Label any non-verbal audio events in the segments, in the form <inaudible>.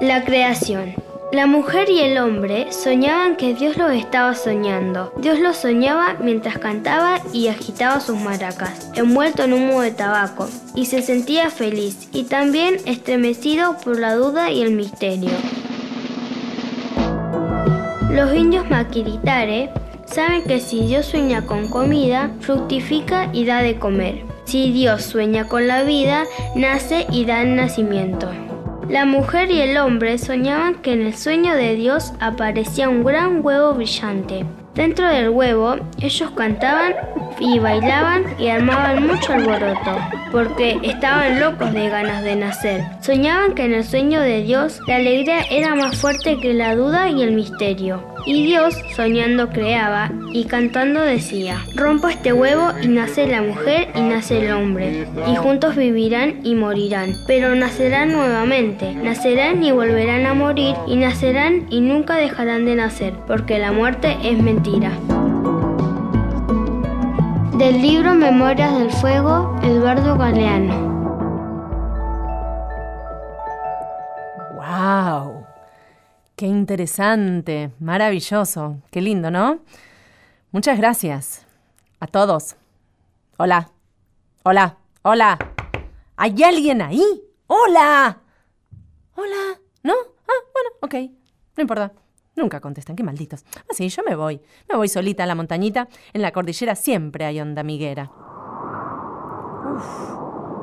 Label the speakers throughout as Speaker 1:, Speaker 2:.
Speaker 1: La creación. La mujer y el hombre soñaban que Dios los estaba soñando. Dios los soñaba mientras cantaba y agitaba sus maracas, envuelto en humo de tabaco, y se sentía feliz y también estremecido por la duda y el misterio. Los indios maquiritare saben que si Dios sueña con comida, fructifica y da de comer. Si Dios sueña con la vida, nace y da el nacimiento. La mujer y el hombre soñaban que en el sueño de Dios aparecía un gran huevo brillante. Dentro del huevo ellos cantaban y bailaban y armaban mucho alboroto, porque estaban locos de ganas de nacer. Soñaban que en el sueño de Dios la alegría era más fuerte que la duda y el misterio. Y Dios, soñando, creaba y cantando decía, rompo este huevo y nace la mujer y nace el hombre, y juntos vivirán y morirán, pero nacerán nuevamente, nacerán y volverán a morir, y nacerán y nunca dejarán de nacer, porque la muerte es mentira. Del libro Memorias del Fuego, Eduardo Galeano.
Speaker 2: ¡Wow! Qué interesante, maravilloso, qué lindo, ¿no? Muchas gracias a todos. Hola, hola, hola. ¿Hay alguien ahí? Hola, hola, ¿no? Ah, bueno, ok, no importa. Nunca contestan, qué malditos. Así, yo me voy. Me voy solita a la montañita. En la cordillera siempre hay onda miguera. Uf.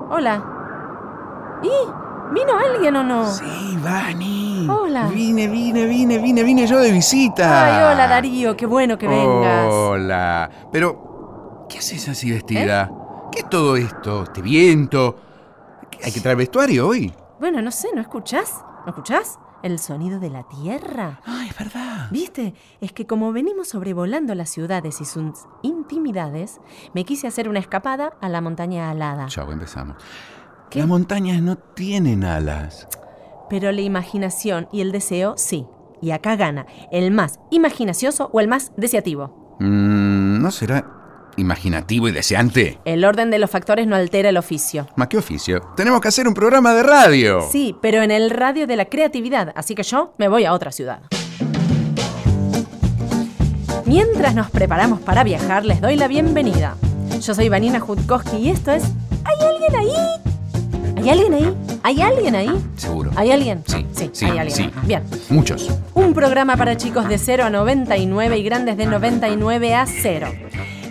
Speaker 2: Hola. ¿Y? ¿Vino alguien o no?
Speaker 3: Sí, Vani.
Speaker 2: Hola.
Speaker 3: Vine, vine, vine, vine, vine yo de visita.
Speaker 2: Ay, hola Darío, qué bueno que vengas.
Speaker 3: Oh. Hola. Pero, ¿qué haces así vestida?
Speaker 2: ¿Eh?
Speaker 3: ¿Qué es todo esto? Este viento. ¿Hay que traer vestuario hoy?
Speaker 2: Bueno, no sé, ¿no escuchás? ¿No escuchás? El sonido de la tierra.
Speaker 3: Ay, es verdad.
Speaker 2: ¿Viste? Es que como venimos sobrevolando las ciudades y sus intimidades, me quise hacer una escapada a la montaña alada.
Speaker 3: Chau, empezamos.
Speaker 2: ¿Qué?
Speaker 3: Las montañas no tienen alas.
Speaker 2: Pero la imaginación y el deseo sí. Y acá gana el más imaginacioso o el más deseativo.
Speaker 3: Mm, ¿No será imaginativo y deseante?
Speaker 2: El orden de los factores no altera el oficio.
Speaker 3: ¿Más qué oficio? Tenemos que hacer un programa de radio.
Speaker 2: Sí, pero en el radio de la creatividad, así que yo me voy a otra ciudad. Mientras nos preparamos para viajar, les doy la bienvenida. Yo soy Vanina Jutkowski y esto es ¿Hay alguien ahí? ¿Hay alguien ahí? ¿Hay alguien ahí?
Speaker 3: Seguro.
Speaker 2: ¿Hay alguien?
Speaker 3: Sí, sí,
Speaker 2: hay alguien.
Speaker 3: sí.
Speaker 2: Bien.
Speaker 3: Muchos.
Speaker 2: Un programa para chicos de 0 a 99 y grandes de 99 a 0.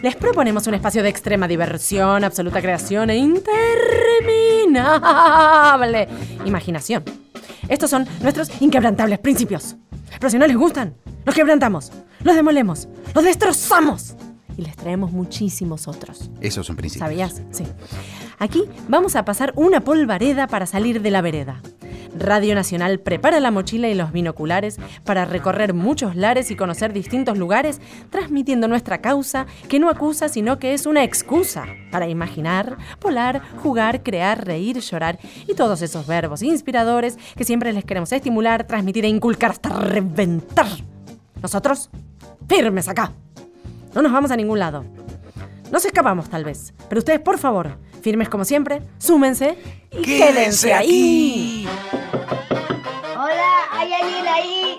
Speaker 2: Les proponemos un espacio de extrema diversión, absoluta creación e interminable imaginación. Estos son nuestros inquebrantables principios. Pero si no les gustan, los quebrantamos, los demolemos, los destrozamos y les traemos muchísimos otros.
Speaker 3: Esos son principios.
Speaker 2: ¿Sabías? Sí. Aquí vamos a pasar una polvareda para salir de la vereda. Radio Nacional prepara la mochila y los binoculares para recorrer muchos lares y conocer distintos lugares, transmitiendo nuestra causa que no acusa, sino que es una excusa para imaginar, polar, jugar, crear, reír, llorar y todos esos verbos inspiradores que siempre les queremos estimular, transmitir e inculcar hasta reventar. Nosotros, firmes acá. No nos vamos a ningún lado. Nos escapamos tal vez, pero ustedes por favor, firmes como siempre, súmense y quédense, ahí.
Speaker 4: Hola, ¿hay alguien ahí?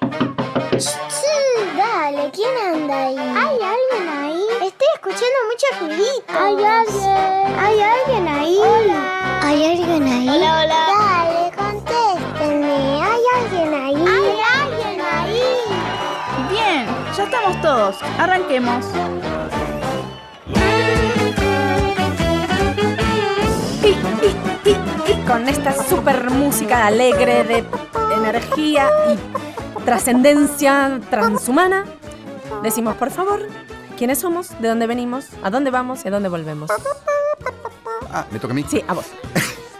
Speaker 5: Sí, dale, ¿quién anda ahí? ¿Hay alguien ahí? Estoy escuchando muchos ruiditos. ¿Hay alguien? ¿Hay alguien ahí? Hola. ¿Hay alguien ahí?
Speaker 4: Hola, hola.
Speaker 5: Dale, contéstenme. ¿Hay alguien ahí? ¿Hay alguien ahí?
Speaker 6: Bien, ya estamos todos. Arranquemos.
Speaker 2: Y, y, y con esta super música alegre de energía y trascendencia transhumana, decimos por favor quiénes somos, de dónde venimos, a dónde vamos y a dónde volvemos.
Speaker 3: Ah, me toca a mí.
Speaker 2: Sí, a vos.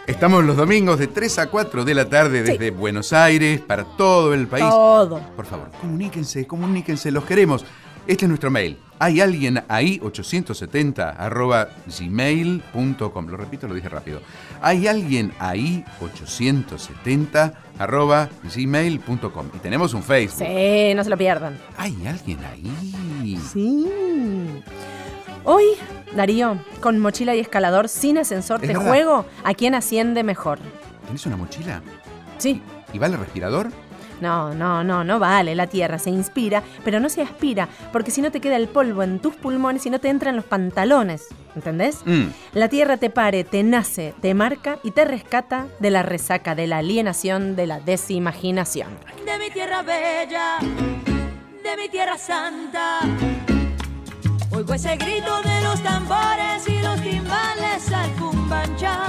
Speaker 3: Estamos los domingos de 3 a 4 de la tarde desde Buenos Aires para todo el país.
Speaker 2: Todo.
Speaker 3: Por favor, comuníquense, comuníquense, los queremos. Este es nuestro mail. Hay alguien ahí, 870 arroba gmail.com. Lo repito, lo dije rápido. Hay alguien ahí, 870 arroba gmail.com. Y tenemos un Facebook.
Speaker 2: Sí, no se lo pierdan.
Speaker 3: Hay alguien ahí.
Speaker 2: Sí. Hoy, Darío, con mochila y escalador sin ascensor
Speaker 3: Es
Speaker 2: de
Speaker 3: verdad.
Speaker 2: juego, ¿a quién asciende mejor?
Speaker 3: ¿Tenés una mochila?
Speaker 2: Sí,
Speaker 3: ¿Y vale respirador?
Speaker 2: No, no, no, no vale. La tierra se inspira, pero no se aspira, porque si no te queda el polvo en tus pulmones y no te entran los pantalones. ¿Entendés?
Speaker 3: Mm.
Speaker 2: La tierra te pare, te nace, te marca y te rescata de la resaca, de la alienación, de la desimaginación.
Speaker 4: de mi tierra bella, de mi tierra santa. Oigo ese grito de los tambores y los timbales al cumbancha.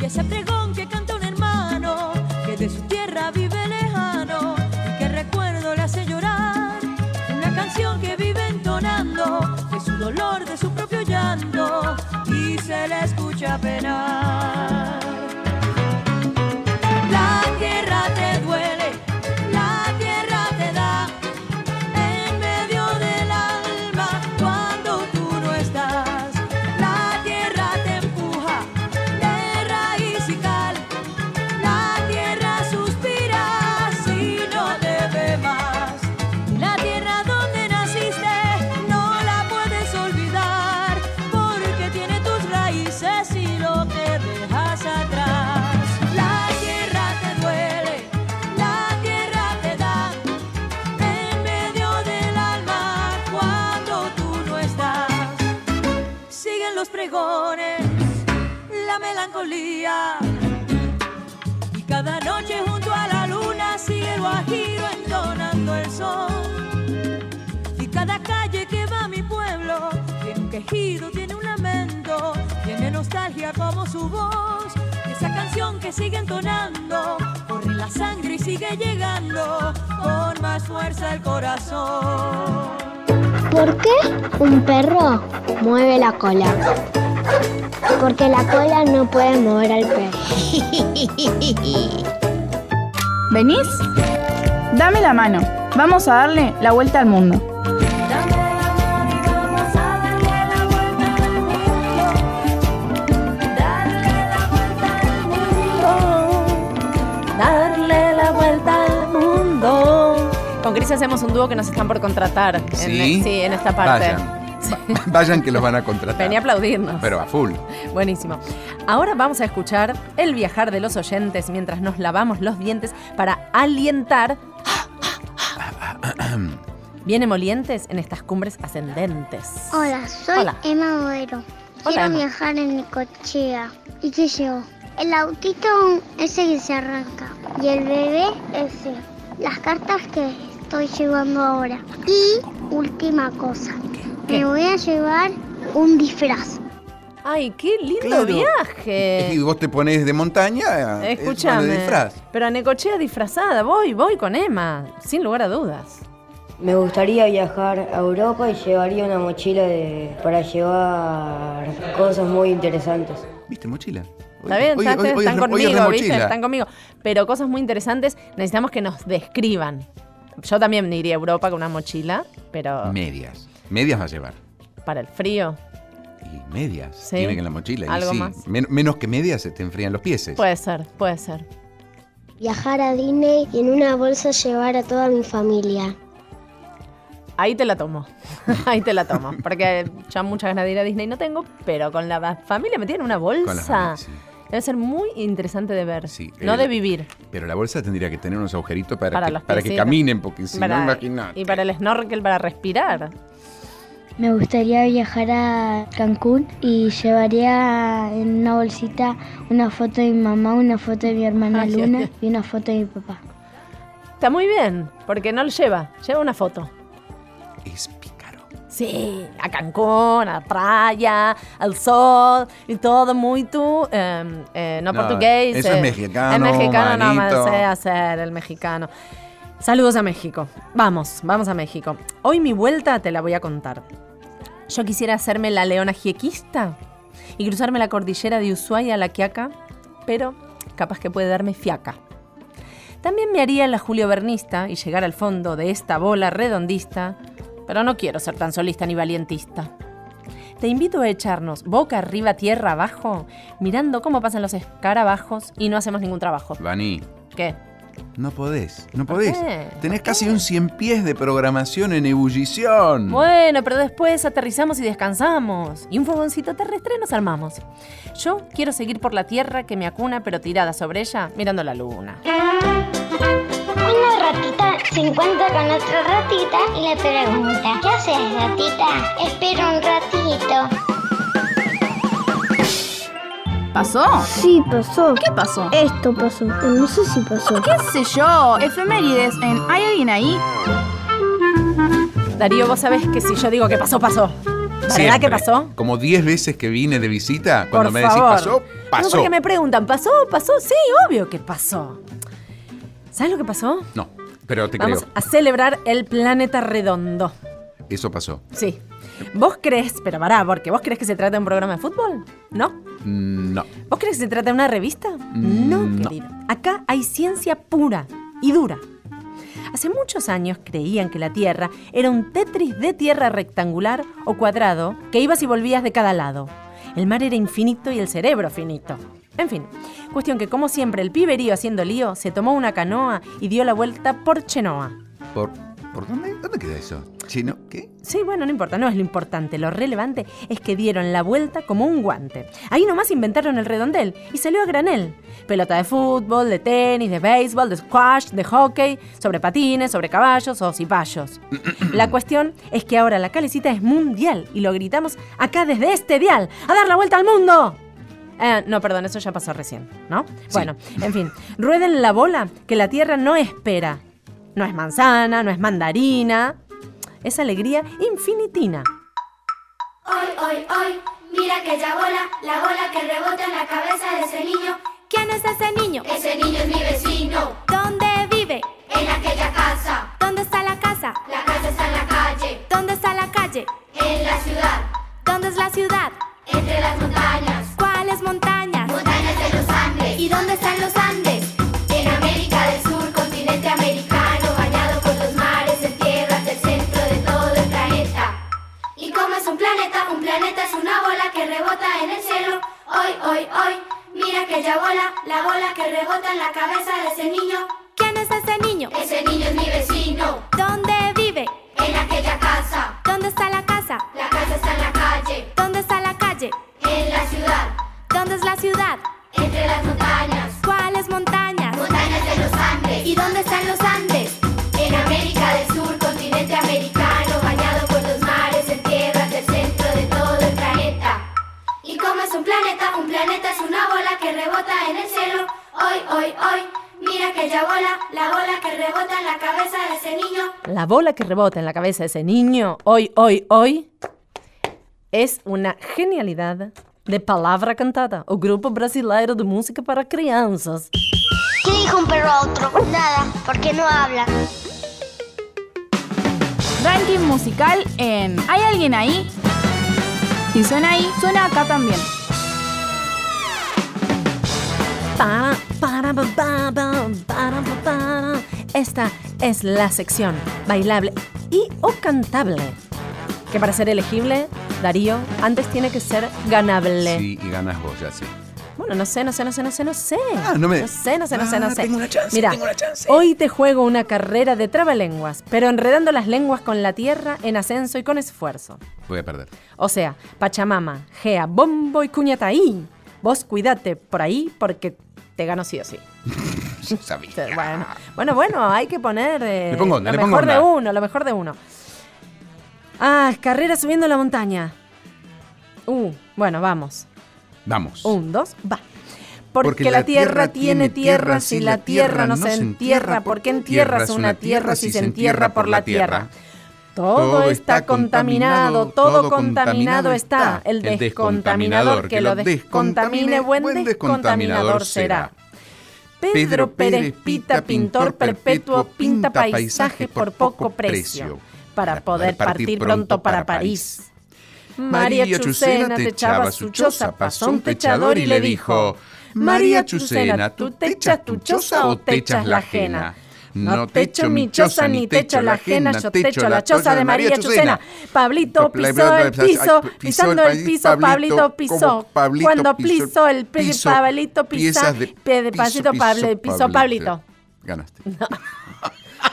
Speaker 4: Y ese pregón que canta un hermano que de su tierra vive lejano y que el recuerdo le hace llorar. Una canción que vive entonando de su dolor, de su propio llanto y se le escucha penar. La tierra te duele, la tierra te da en medio del alma cuando tú no estás. La tierra te empuja de raíz y cal, la tierra suspira si no te ve más. La tierra donde naciste no la puedes olvidar porque tiene tus raíces y lo que dejas atrás. La tierra te duele, la tierra te da en medio del alma cuando tú no estás. Siguen los pregones, la melancolía. Y cada noche junto a la luna sigue el guajiro entonando el sol. Y cada calle que va a mi pueblo tiene un quejido, tiene un lamento, tiene nostalgia como su voz. Y esa canción que sigue entonando corre en la sangre y sigue llegando con más fuerza al corazón.
Speaker 5: ¿Por qué un perro mueve la cola? Porque la cola no puede mover al perro.
Speaker 6: ¿Venís? Dame la mano. Vamos a darle la vuelta al mundo.
Speaker 4: Dame la mano y vamos a darle la vuelta al mundo. Darle la vuelta al mundo. Darle la vuelta al mundo.
Speaker 2: Con Cris hacemos un dúo que nos están por contratar. en- e-,
Speaker 3: Sí.
Speaker 2: sí, en esta parte.
Speaker 3: Vayan. <laughs> Va- Vayan que los van a contratar.
Speaker 2: Vení a aplaudirnos.
Speaker 3: Pero a full.
Speaker 2: Buenísimo. Ahora vamos a escuchar el viajar de los oyentes mientras nos lavamos los dientes para
Speaker 3: <coughs>
Speaker 2: alientar. Vienen molientes en estas cumbres ascendentes.
Speaker 5: Hola, soy
Speaker 2: Hola.
Speaker 5: Emma Boero.
Speaker 2: Hola,
Speaker 5: Quiero
Speaker 2: Emma.
Speaker 5: viajar en mi cochea. ¿Y qué llevo? El autito ese que se arranca. Y el bebé ese. Las cartas que estoy llevando ahora. Y última cosa. Me voy a llevar un disfraz.
Speaker 2: Ay, qué lindo
Speaker 3: Claro. Y
Speaker 2: viaje.
Speaker 3: vos te pones de montaña. es
Speaker 2: Escúchame.
Speaker 3: de disfraz.
Speaker 2: Pero a Necochea disfrazada, voy, voy con Emma, sin lugar a dudas.
Speaker 7: Me gustaría viajar a Europa y llevaría una mochila de, para llevar cosas muy interesantes.
Speaker 3: ¿Viste mochila? Hoy-
Speaker 2: Está bien,
Speaker 3: hoy-
Speaker 2: está-
Speaker 3: hoy- hoy
Speaker 2: están
Speaker 3: es re- hoy es re
Speaker 2: conmigo, ¿viste?
Speaker 3: mochila.
Speaker 2: Están conmigo. Pero cosas muy interesantes, necesitamos que nos describan. Yo también me iría a Europa con una mochila, pero
Speaker 3: Medias. Medias va a llevar.
Speaker 2: para el frío.
Speaker 3: Y medias.
Speaker 2: Sí.
Speaker 3: Tiene que en la mochila. y
Speaker 2: Algo
Speaker 3: sí.
Speaker 2: más.
Speaker 3: Men- menos que medias se te enfrían los pies.
Speaker 2: Puede ser, puede ser.
Speaker 5: Viajar a Disney y en una bolsa llevar a toda mi familia.
Speaker 2: Ahí te la tomo. <laughs> Ahí te la tomo. Porque ya muchas ganas de ir a Disney no tengo, pero con la ba- familia metida en una
Speaker 3: la
Speaker 2: bolsa.
Speaker 3: familia, sí.
Speaker 2: Debe ser muy interesante de ver.
Speaker 3: Sí,
Speaker 2: no
Speaker 3: el-
Speaker 2: de vivir.
Speaker 3: Pero la bolsa tendría que tener unos agujeritos para,
Speaker 2: Para
Speaker 3: que,
Speaker 2: los
Speaker 3: para que
Speaker 2: piecitos.
Speaker 3: caminen, porque si
Speaker 2: Para-
Speaker 3: no, imagínate.
Speaker 2: y para el snorkel, para respirar.
Speaker 8: Me gustaría viajar a Cancún y llevaría en una bolsita una foto de mi mamá, una foto de mi hermana
Speaker 2: Ay, ay,
Speaker 8: Luna
Speaker 2: ay.
Speaker 8: y una foto de mi papá.
Speaker 2: Está muy bien, porque no lo lleva. Lleva una foto.
Speaker 3: Es pícaro.
Speaker 2: Sí, a Cancún, a la playa, al sol y todo muy tú. em, eh, no,
Speaker 3: No,
Speaker 2: portugués.
Speaker 3: eso es
Speaker 2: eh,
Speaker 3: mexicano,
Speaker 2: El mexicano no me
Speaker 3: manito.
Speaker 2: sé hacer, el mexicano. Saludos a México. Vamos, vamos a México. Hoy mi vuelta te la voy a contar. Yo quisiera hacerme la leona giequista y cruzarme la cordillera de Ushuaia a La Quiaca, pero capaz que puede darme fiaca. También me haría la Julio Bernista y llegar al fondo de esta bola redondista, pero no quiero ser tan solista ni valientista. Te invito a echarnos boca arriba, tierra abajo, mirando cómo pasan los escarabajos y no hacemos ningún trabajo.
Speaker 3: Vani,
Speaker 2: ¿Qué?
Speaker 3: No podés, no podés.
Speaker 2: qué?
Speaker 3: Tenés casi un 100 pies de programación en ebullición.
Speaker 2: Bueno, pero después aterrizamos y descansamos. Y un fogoncito terrestre nos armamos. Yo quiero seguir por la tierra que me acuna, pero tirada sobre ella, mirando la luna.
Speaker 5: Una ratita se encuentra con otra ratita y le pregunta, ¿qué haces ratita? Espera un ratito.
Speaker 6: ¿Pasó?
Speaker 8: Sí, pasó.
Speaker 6: ¿Qué pasó?
Speaker 8: Esto pasó. No sé si pasó.
Speaker 6: ¿Qué sé yo? Efemérides en ¿Hay alguien ahí?
Speaker 2: Darío, vos sabés que si yo digo que pasó, pasó. ¿Verdad
Speaker 3: Siempre.
Speaker 2: que pasó?
Speaker 3: Como 10 veces que vine de visita, cuando
Speaker 2: Por
Speaker 3: me
Speaker 2: favor.
Speaker 3: decís pasó,
Speaker 2: No,
Speaker 3: pasó.
Speaker 2: porque me preguntan, ¿pasó? ¿Pasó? Sí, obvio que pasó. ¿Sabes lo que pasó?
Speaker 3: No, pero te
Speaker 2: Vamos
Speaker 3: creo.
Speaker 2: a celebrar el planeta redondo.
Speaker 3: Eso pasó.
Speaker 2: Sí. ¿Vos crees, pero pará, porque vos crees que se trata de un programa de fútbol? ¿No?
Speaker 3: Mm, No.
Speaker 2: ¿Vos crees que se trata de una revista?
Speaker 3: Mm,
Speaker 2: No,
Speaker 3: no.
Speaker 2: querido. Acá hay ciencia pura y dura. Hace muchos años creían que la Tierra era un Tetris de tierra rectangular o cuadrado que ibas y volvías de cada lado. El mar era infinito y el cerebro finito. En fin, cuestión que como siempre el piberío haciendo lío se tomó una canoa y dio la vuelta por Chenoa.
Speaker 3: ¿Por, por dónde, dónde queda eso? ¿Chino? ¿Qué?
Speaker 2: Sí, bueno, no importa, no es lo importante. Lo relevante es que dieron la vuelta como un guante. Ahí nomás inventaron el redondel y salió a granel. Pelota de fútbol, de tenis, de béisbol, de squash, de hockey, sobre patines, sobre caballos o cipayos. la cuestión es que ahora la calecita es mundial y lo gritamos acá desde este dial. ¡A dar la vuelta al mundo! Eh, no, perdón, eso ya pasó recién, ¿no? Bueno, en fin, rueden la bola que la tierra no espera. No es manzana, no es mandarina, es alegría infinitina.
Speaker 9: Hoy, hoy, hoy, mira aquella bola, la bola que rebota en la cabeza de ese niño.
Speaker 4: ¿Quién es ese niño?
Speaker 9: Ese niño es mi vecino,
Speaker 4: ¿Dónde vive?
Speaker 9: en aquella casa.
Speaker 4: ¿Dónde está la casa?
Speaker 9: La casa está en la calle,
Speaker 4: ¿Dónde está la calle?
Speaker 9: en la ciudad,
Speaker 4: ¿Dónde es la ciudad?
Speaker 9: entre las montañas,
Speaker 4: ¿Cuáles montañas?
Speaker 9: montañas de los Andes.
Speaker 4: ¿Y dónde están los Andes?
Speaker 9: En América del Sur, continente americano, bañado por los mares, en tierras del centro de todo el planeta. ¿Y cómo es un planeta? Un planeta es una bola que rebota en el cielo. Hoy, hoy, hoy, mira aquella bola, la bola que rebota en la cabeza de ese niño.
Speaker 4: ¿Quién es ese niño?
Speaker 9: Ese niño es mi vecino,
Speaker 4: ¿Dónde vive?
Speaker 9: en aquella casa.
Speaker 4: ¿Dónde está la casa?
Speaker 9: La casa está en la calle,
Speaker 4: ¿Dónde está la calle?
Speaker 9: en la ciudad,
Speaker 4: ¿Dónde es la ciudad?
Speaker 9: entre las montañas,
Speaker 4: ¿Cuáles montañas?
Speaker 9: montañas de los Andes.
Speaker 4: ¿Y dónde están los Andes?
Speaker 9: En América del Sur, continente americano, bañado por los mares, en tierras del centro de todo el planeta. ¿Y cómo es un planeta? Un planeta es una bola que rebota en el cielo. Hoy, hoy, hoy, mira aquella bola, la bola que rebota en la cabeza de ese niño.
Speaker 2: La bola que rebota en la cabeza de ese niño hoy, hoy, hoy es una genialidad de Palavra Cantada, o grupo brasileiro de música para crianças.
Speaker 5: ¿Qué dijo un perro a otro? Nada, porque no habla.
Speaker 6: Ranking musical en ¿Hay alguien ahí? Si suena ahí, suena acá también.
Speaker 2: Para, para, ba, ba, ba, para, ba, para. Esta es la sección bailable y o cantable, que para ser elegible, Darío, antes tiene que ser ganable.
Speaker 3: Sí, y ganas vos, ya sé.
Speaker 2: Bueno, no sé, no sé, no sé, no sé, no sé.
Speaker 3: Ah, no me-
Speaker 2: sé, no sé, no sé, no
Speaker 3: Ah,
Speaker 2: sé.
Speaker 3: tengo una chance,
Speaker 2: Mira,
Speaker 3: tengo una chance.
Speaker 2: hoy te juego una carrera de trabalenguas, pero enredando las lenguas con la tierra en ascenso y con esfuerzo.
Speaker 3: Voy a
Speaker 2: <laughs>
Speaker 3: perder.
Speaker 2: O sea, Pachamama, Gea, Bombo y Cuñataí. Vos cuídate por ahí porque te gano sí o sí.
Speaker 3: Sí, sabía.
Speaker 2: Te- Bueno, bueno, bueno, hay que poner eh,
Speaker 3: Le pongo onda,
Speaker 2: lo
Speaker 3: le pongo
Speaker 2: mejor de
Speaker 3: onda.
Speaker 2: uno, lo mejor de uno. Ah, carrera subiendo la montaña. Uh, bueno, vamos.
Speaker 3: Vamos.
Speaker 2: Un, dos, va. Porque, la tierra tiene tierra si la tierra no se entierra, porque en tierra es una tierra si se entierra por la tierra. Todo está contaminado, todo contaminado está. El descontaminador que lo descontamine, buen descontaminador será. Pedro Pérez Pita, pintor perpetuo, pinta paisajes por poco precio, para poder partir pronto para París. María Chucena te echaba su choza, pasó un techador y le dijo, María Chucena, ¿tú te echas tu choza o te echas la ajena? No te echo mi choza ni te echo la ajena, yo te echo la choza de María Chucena. Pablito pisó el piso, pisando el piso, Pablito pisó. Cuando pisó el piso, Pablito pisa, piedra, pasito, Pablo, pisó Pablito.
Speaker 3: Ganaste.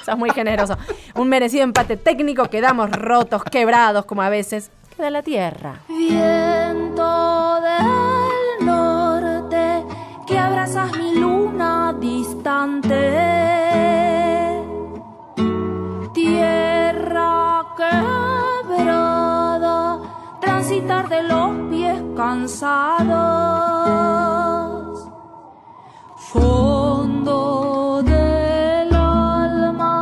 Speaker 2: Sos muy generoso. Un merecido empate técnico, quedamos rotos, quebrados, como a veces queda la tierra.
Speaker 10: Viento del norte que abrazas mi luna distante. Tierra quebrada, transitar de los pies cansados. Fondo del alma,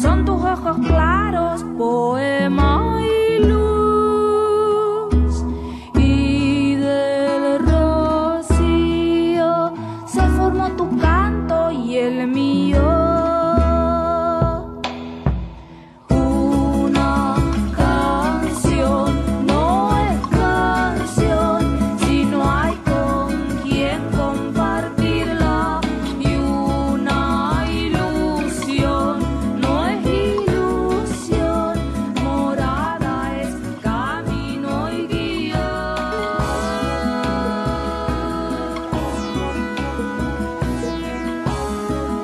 Speaker 10: son tus ojos claros, poema y luz. Y del rocío se formó tu canto y el mío. Una canción no es canción si no hay con quien compartirla y una ilusión no es ilusión, morada es camino y guía.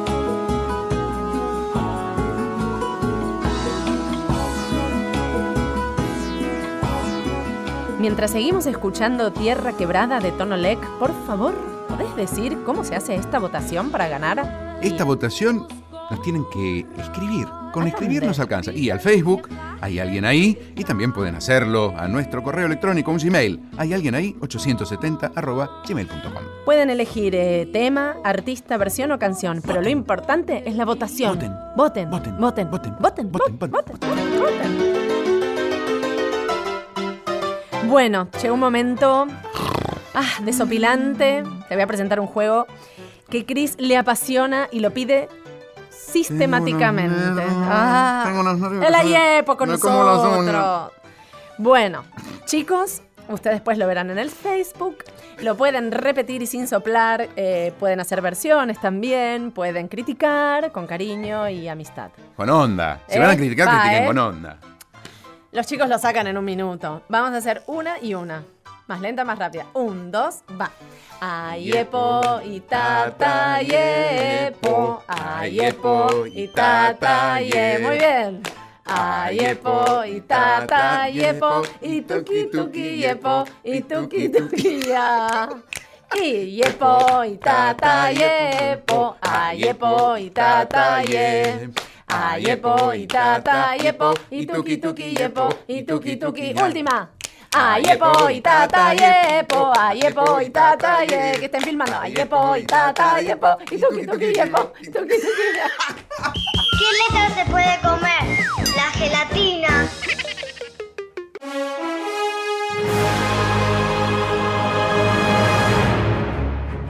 Speaker 2: Mientras seguimos escuchando Tierra Quebrada de Tonolec, por favor, ¿podés decir cómo se hace esta votación para ganar?
Speaker 3: Esta votación nos tienen que escribir. Con escribir nos alcanza. Y al Facebook, hay alguien ahí, y también pueden hacerlo a nuestro correo electrónico, un Gmail. Hay alguien ahí, 870 arroba gmail.com.
Speaker 2: Pueden elegir eh, tema, artista, versión o canción, pero lo importante es la votación. Voten.
Speaker 3: Voten. Voten.
Speaker 2: Voten.
Speaker 3: Voten.
Speaker 2: Voten. Voten.
Speaker 3: Voten. Voten.
Speaker 2: Voten. Voten. Bueno, llegó un momento ah, desopilante. Te voy a presentar un juego que Chris le apasiona y lo pide sistemáticamente.
Speaker 3: Tengo unos nervios,
Speaker 2: Ah,
Speaker 3: tengo unos nervios.
Speaker 2: el Ayepo con
Speaker 3: Me como las uñas.
Speaker 2: nosotros. Bueno, chicos, ustedes después lo verán en el Facebook. Lo pueden repetir y sin soplar. eh, pueden hacer versiones también. Pueden criticar con cariño y amistad.
Speaker 3: Con onda. Si van a
Speaker 2: Eh,
Speaker 3: criticar,
Speaker 2: va,
Speaker 3: critiquen
Speaker 2: eh.
Speaker 3: con onda.
Speaker 2: Los chicos lo sacan en un minuto. Vamos a hacer una y una. Más lenta, más rápida. Un, dos, va. Ayepo y tata yepo. Ayepo y tata ye. Muy bien. Ayepo y tata yepo. Y tuki tuki yepo. Y tuki tuki ya. Y yepo y tata yepo. Ayepo y e. tata ye. Ayepo y tata yepo. Y tuki tuki yepo. Y tuki tuki. Última. Ayepo y tata yepo, ayepo y tata ye, que estén filmando. Ayepo y tata yepo, y tuki tuki yepo, y tuki tuki yepo.
Speaker 1: ¿Qué letra se puede comer? La gelatina.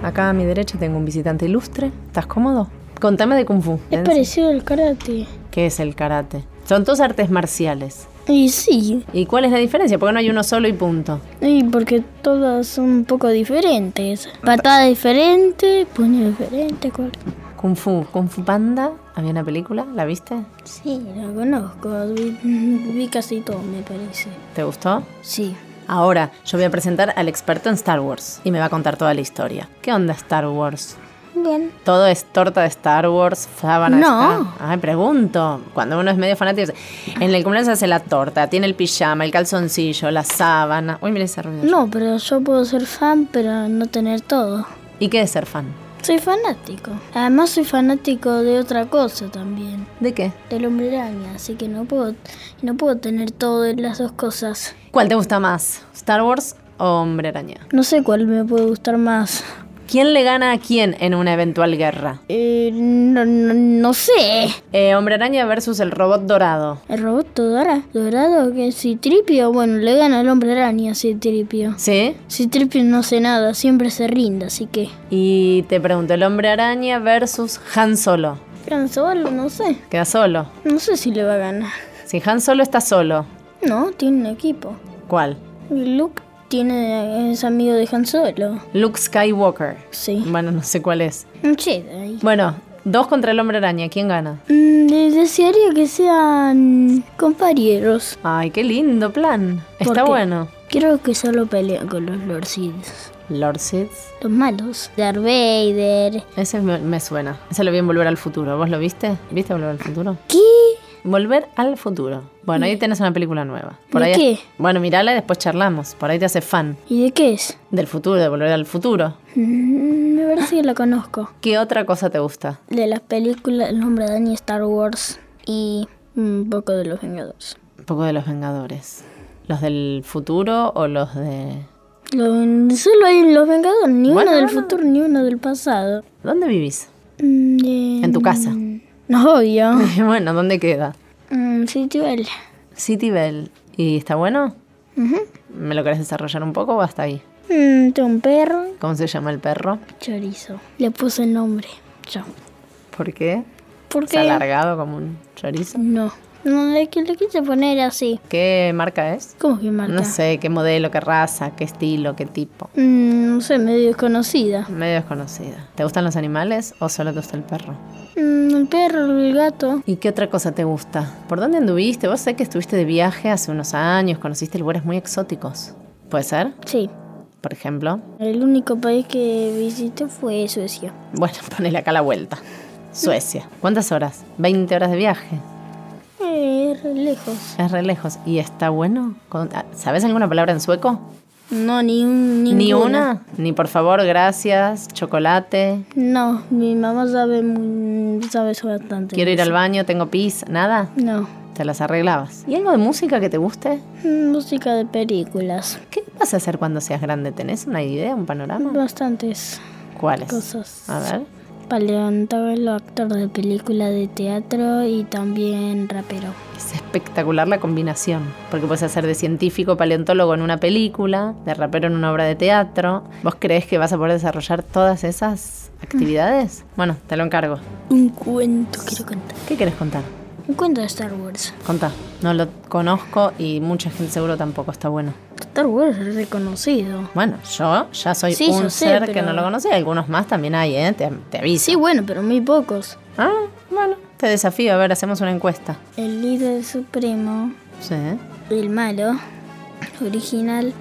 Speaker 2: Acá a mi derecha tengo un visitante ilustre. ¿Estás cómodo? Contame de Kung Fu.
Speaker 8: Es parecido al karate.
Speaker 2: ¿Qué es el karate? Son dos artes marciales.
Speaker 8: Y sí,
Speaker 2: ¿Y cuál es la diferencia? Porque no hay uno solo y punto.
Speaker 8: y porque todas son un poco diferentes. Patada diferente, puño diferente. cual-
Speaker 2: Kung Fu, Kung Fu Panda. Había una película, ¿la viste?
Speaker 8: Sí, lo conozco. Vi, vi casi todo, me parece.
Speaker 2: ¿Te gustó?
Speaker 8: Sí.
Speaker 2: Ahora yo voy a presentar al experto en Star Wars y me va a contar toda la historia. ¿Qué onda Star Wars?
Speaker 8: Bien.
Speaker 2: Todo es torta de Star Wars, sábana
Speaker 8: No.
Speaker 2: de Star- Ay, pregunto. Cuando uno es medio fanático, dice, en el cumpleaños hace la torta, tiene el pijama, el calzoncillo, la sábana. Uy, mira ese ruido.
Speaker 8: No, pero yo puedo ser fan, pero no tener todo.
Speaker 2: ¿Y qué es ser fan?
Speaker 8: Soy fanático. Además soy fanático de otra cosa también,
Speaker 2: ¿De qué?
Speaker 8: del hombre araña, así que no puedo, no puedo tener todas las dos cosas.
Speaker 2: ¿Cuál te gusta más? ¿Star Wars o Hombre Araña?
Speaker 8: No sé cuál me puede gustar más.
Speaker 2: ¿Quién le gana a quién en una eventual guerra?
Speaker 8: Eh, no, no, no sé.
Speaker 2: Eh, hombre Araña versus el robot dorado.
Speaker 8: El robot dorado, dorado que si tripio, bueno, le gana al hombre araña si tripio.
Speaker 2: ¿Sí?
Speaker 8: Si tripio no hace nada, siempre se rinde, así que...
Speaker 2: Y te pregunto, el Hombre Araña versus Han Solo.
Speaker 8: Han Solo, no sé.
Speaker 2: Queda solo.
Speaker 8: No sé si le va a ganar.
Speaker 2: Si Han Solo está solo,
Speaker 8: No, tiene un equipo.
Speaker 2: ¿cuál?
Speaker 8: Luke tiene, es amigo de Han Solo.
Speaker 2: Luke Skywalker.
Speaker 8: Sí.
Speaker 2: Bueno, no sé cuál es.
Speaker 8: Un Jedi.
Speaker 2: Bueno, dos contra el hombre araña, ¿quién gana?
Speaker 8: Mm, le desearía que sean compañeros.
Speaker 2: Ay, qué lindo plan. Está
Speaker 8: Porque
Speaker 2: bueno.
Speaker 8: Creo que solo pelean con los Lord Seeds.
Speaker 2: Lord Seeds.
Speaker 8: Los malos. Darth Vader.
Speaker 2: Ese me, me suena. Ese lo vi en Volver al Futuro. ¿Vos lo viste? ¿Viste Volver al Futuro?
Speaker 8: ¿Qué? Mm.
Speaker 2: Volver al Futuro. Bueno, ahí tenés una película nueva.
Speaker 8: ¿De
Speaker 2: ahí
Speaker 8: qué?
Speaker 2: Bueno, mirala y después charlamos. Por ahí te hace fan
Speaker 8: ¿Y de qué es?
Speaker 2: del futuro, de Volver al Futuro.
Speaker 8: Mm, me parece que la conozco.
Speaker 2: ¿Qué otra cosa te gusta?
Speaker 8: De las películas El Hombre de Dani, Star Wars y un poco de Los Vengadores.
Speaker 2: Un poco de los Vengadores. ¿Los del futuro o los de...?
Speaker 8: Lo- solo hay Los Vengadores, ni
Speaker 2: Bueno,
Speaker 8: uno del
Speaker 2: bueno.
Speaker 8: futuro ni uno del pasado.
Speaker 2: ¿Dónde vivís?
Speaker 8: Mm, de-
Speaker 2: En tu casa.
Speaker 8: No, obvio.
Speaker 2: <laughs> bueno, ¿dónde queda?
Speaker 8: Mm, sí, Tibel.
Speaker 2: City Bell. ¿Y está bueno? ¿Me lo querés desarrollar un poco o hasta ahí?
Speaker 8: Mm, tengo un perro.
Speaker 2: ¿Cómo se llama el perro?
Speaker 8: Chorizo. Le puse el nombre. Yo.
Speaker 2: ¿Por qué?
Speaker 8: ¿Por
Speaker 2: ¿Se ha
Speaker 8: qué?
Speaker 2: alargado como un chorizo?
Speaker 8: No. No le, qui- le quise poner así.
Speaker 2: ¿Qué marca es?
Speaker 8: ¿Cómo que marca?
Speaker 2: No sé, qué modelo, qué raza, qué estilo, qué tipo.
Speaker 8: Mm, no sé, medio desconocida.
Speaker 2: Medio desconocida. ¿Te gustan los animales o solo te gusta el perro?
Speaker 8: Mm, el perro, el gato.
Speaker 2: ¿Y qué otra cosa te gusta? ¿Por dónde anduviste? Vos sé que estuviste de viaje hace unos años, conociste lugares muy exóticos. ¿Puede ser?
Speaker 8: Sí.
Speaker 2: Por ejemplo.
Speaker 8: El único país que visité fue Suecia.
Speaker 2: Bueno, <laughs> ponele acá la vuelta. Suecia. ¿Cuántas horas? ¿20 horas de viaje?
Speaker 8: Eh, re lejos.
Speaker 2: Es re lejos. ¿Y está bueno? Con- ah, ¿Sabes alguna palabra en sueco?
Speaker 8: No, ni un,
Speaker 2: ¿Ni
Speaker 8: ninguna.
Speaker 2: una? Ni por favor, gracias, chocolate,
Speaker 8: No, mi mamá sabe muy, sabe eso bastante.
Speaker 2: quiero ir al baño, tengo pis, nada.
Speaker 8: No,
Speaker 2: Te las arreglabas. ¿Y algo de música que te guste?
Speaker 8: Mm, música de películas.
Speaker 2: ¿Qué vas a hacer cuando seas grande? ¿Tenés una idea, un panorama?
Speaker 8: Bastantes
Speaker 2: ¿Cuáles?
Speaker 8: cosas.
Speaker 2: A ver.
Speaker 8: Paleontólogo, actor de película de teatro y también rapero.
Speaker 2: Es espectacular la combinación, porque puedes hacer de científico paleontólogo en una película, de rapero en una obra de teatro. ¿Vos crees que vas a poder desarrollar todas esas actividades? Bueno, te lo encargo.
Speaker 8: Mm. Un cuento quiero contar.
Speaker 2: ¿Qué quieres contar?
Speaker 8: Un cuento de Star Wars.
Speaker 2: Contá. No lo conozco y mucha gente seguro tampoco está bueno.
Speaker 8: Star Wars es reconocido.
Speaker 2: Bueno, yo ya soy
Speaker 8: Sí,
Speaker 2: un
Speaker 8: yo sé,
Speaker 2: ser que
Speaker 8: pero-
Speaker 2: no lo conoce. Algunos más también hay, ¿eh? Te, te aviso.
Speaker 8: Sí, bueno, pero muy pocos.
Speaker 2: Ah, bueno. Te desafío. A ver, hacemos una encuesta.
Speaker 8: El líder supremo,
Speaker 2: Sí.
Speaker 8: el malo, original,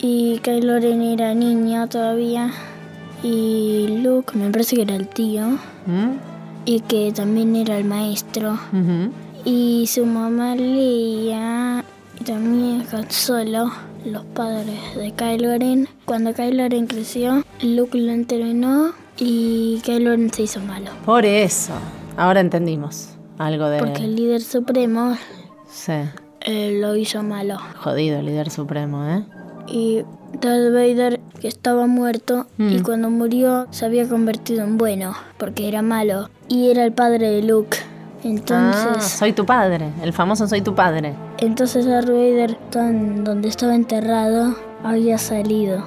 Speaker 8: y Kylo Ren era niño todavía, y Luke me parece que era el tío,
Speaker 2: Mm,
Speaker 8: y que también era el maestro,
Speaker 2: ujú.
Speaker 8: y su mamá Leia, y también Han Solo, los padres de Kylo Ren. Cuando Kylo Ren creció, Luke lo entrenó y Kylo Ren se hizo malo.
Speaker 2: Por eso. Ahora entendimos. Algo de...
Speaker 8: Porque el líder supremo
Speaker 2: Sí.
Speaker 8: eh, lo hizo malo.
Speaker 2: Jodido, líder supremo, ¿eh?
Speaker 8: Y Darth Vader que estaba muerto
Speaker 2: Mm.
Speaker 8: y cuando murió se había convertido en bueno porque era malo y era el padre de Luke.
Speaker 2: Ah,
Speaker 8: Entonces,
Speaker 2: soy tu padre. El famoso soy tu padre.
Speaker 8: entonces Darth Vader tan- donde estaba enterrado había salido.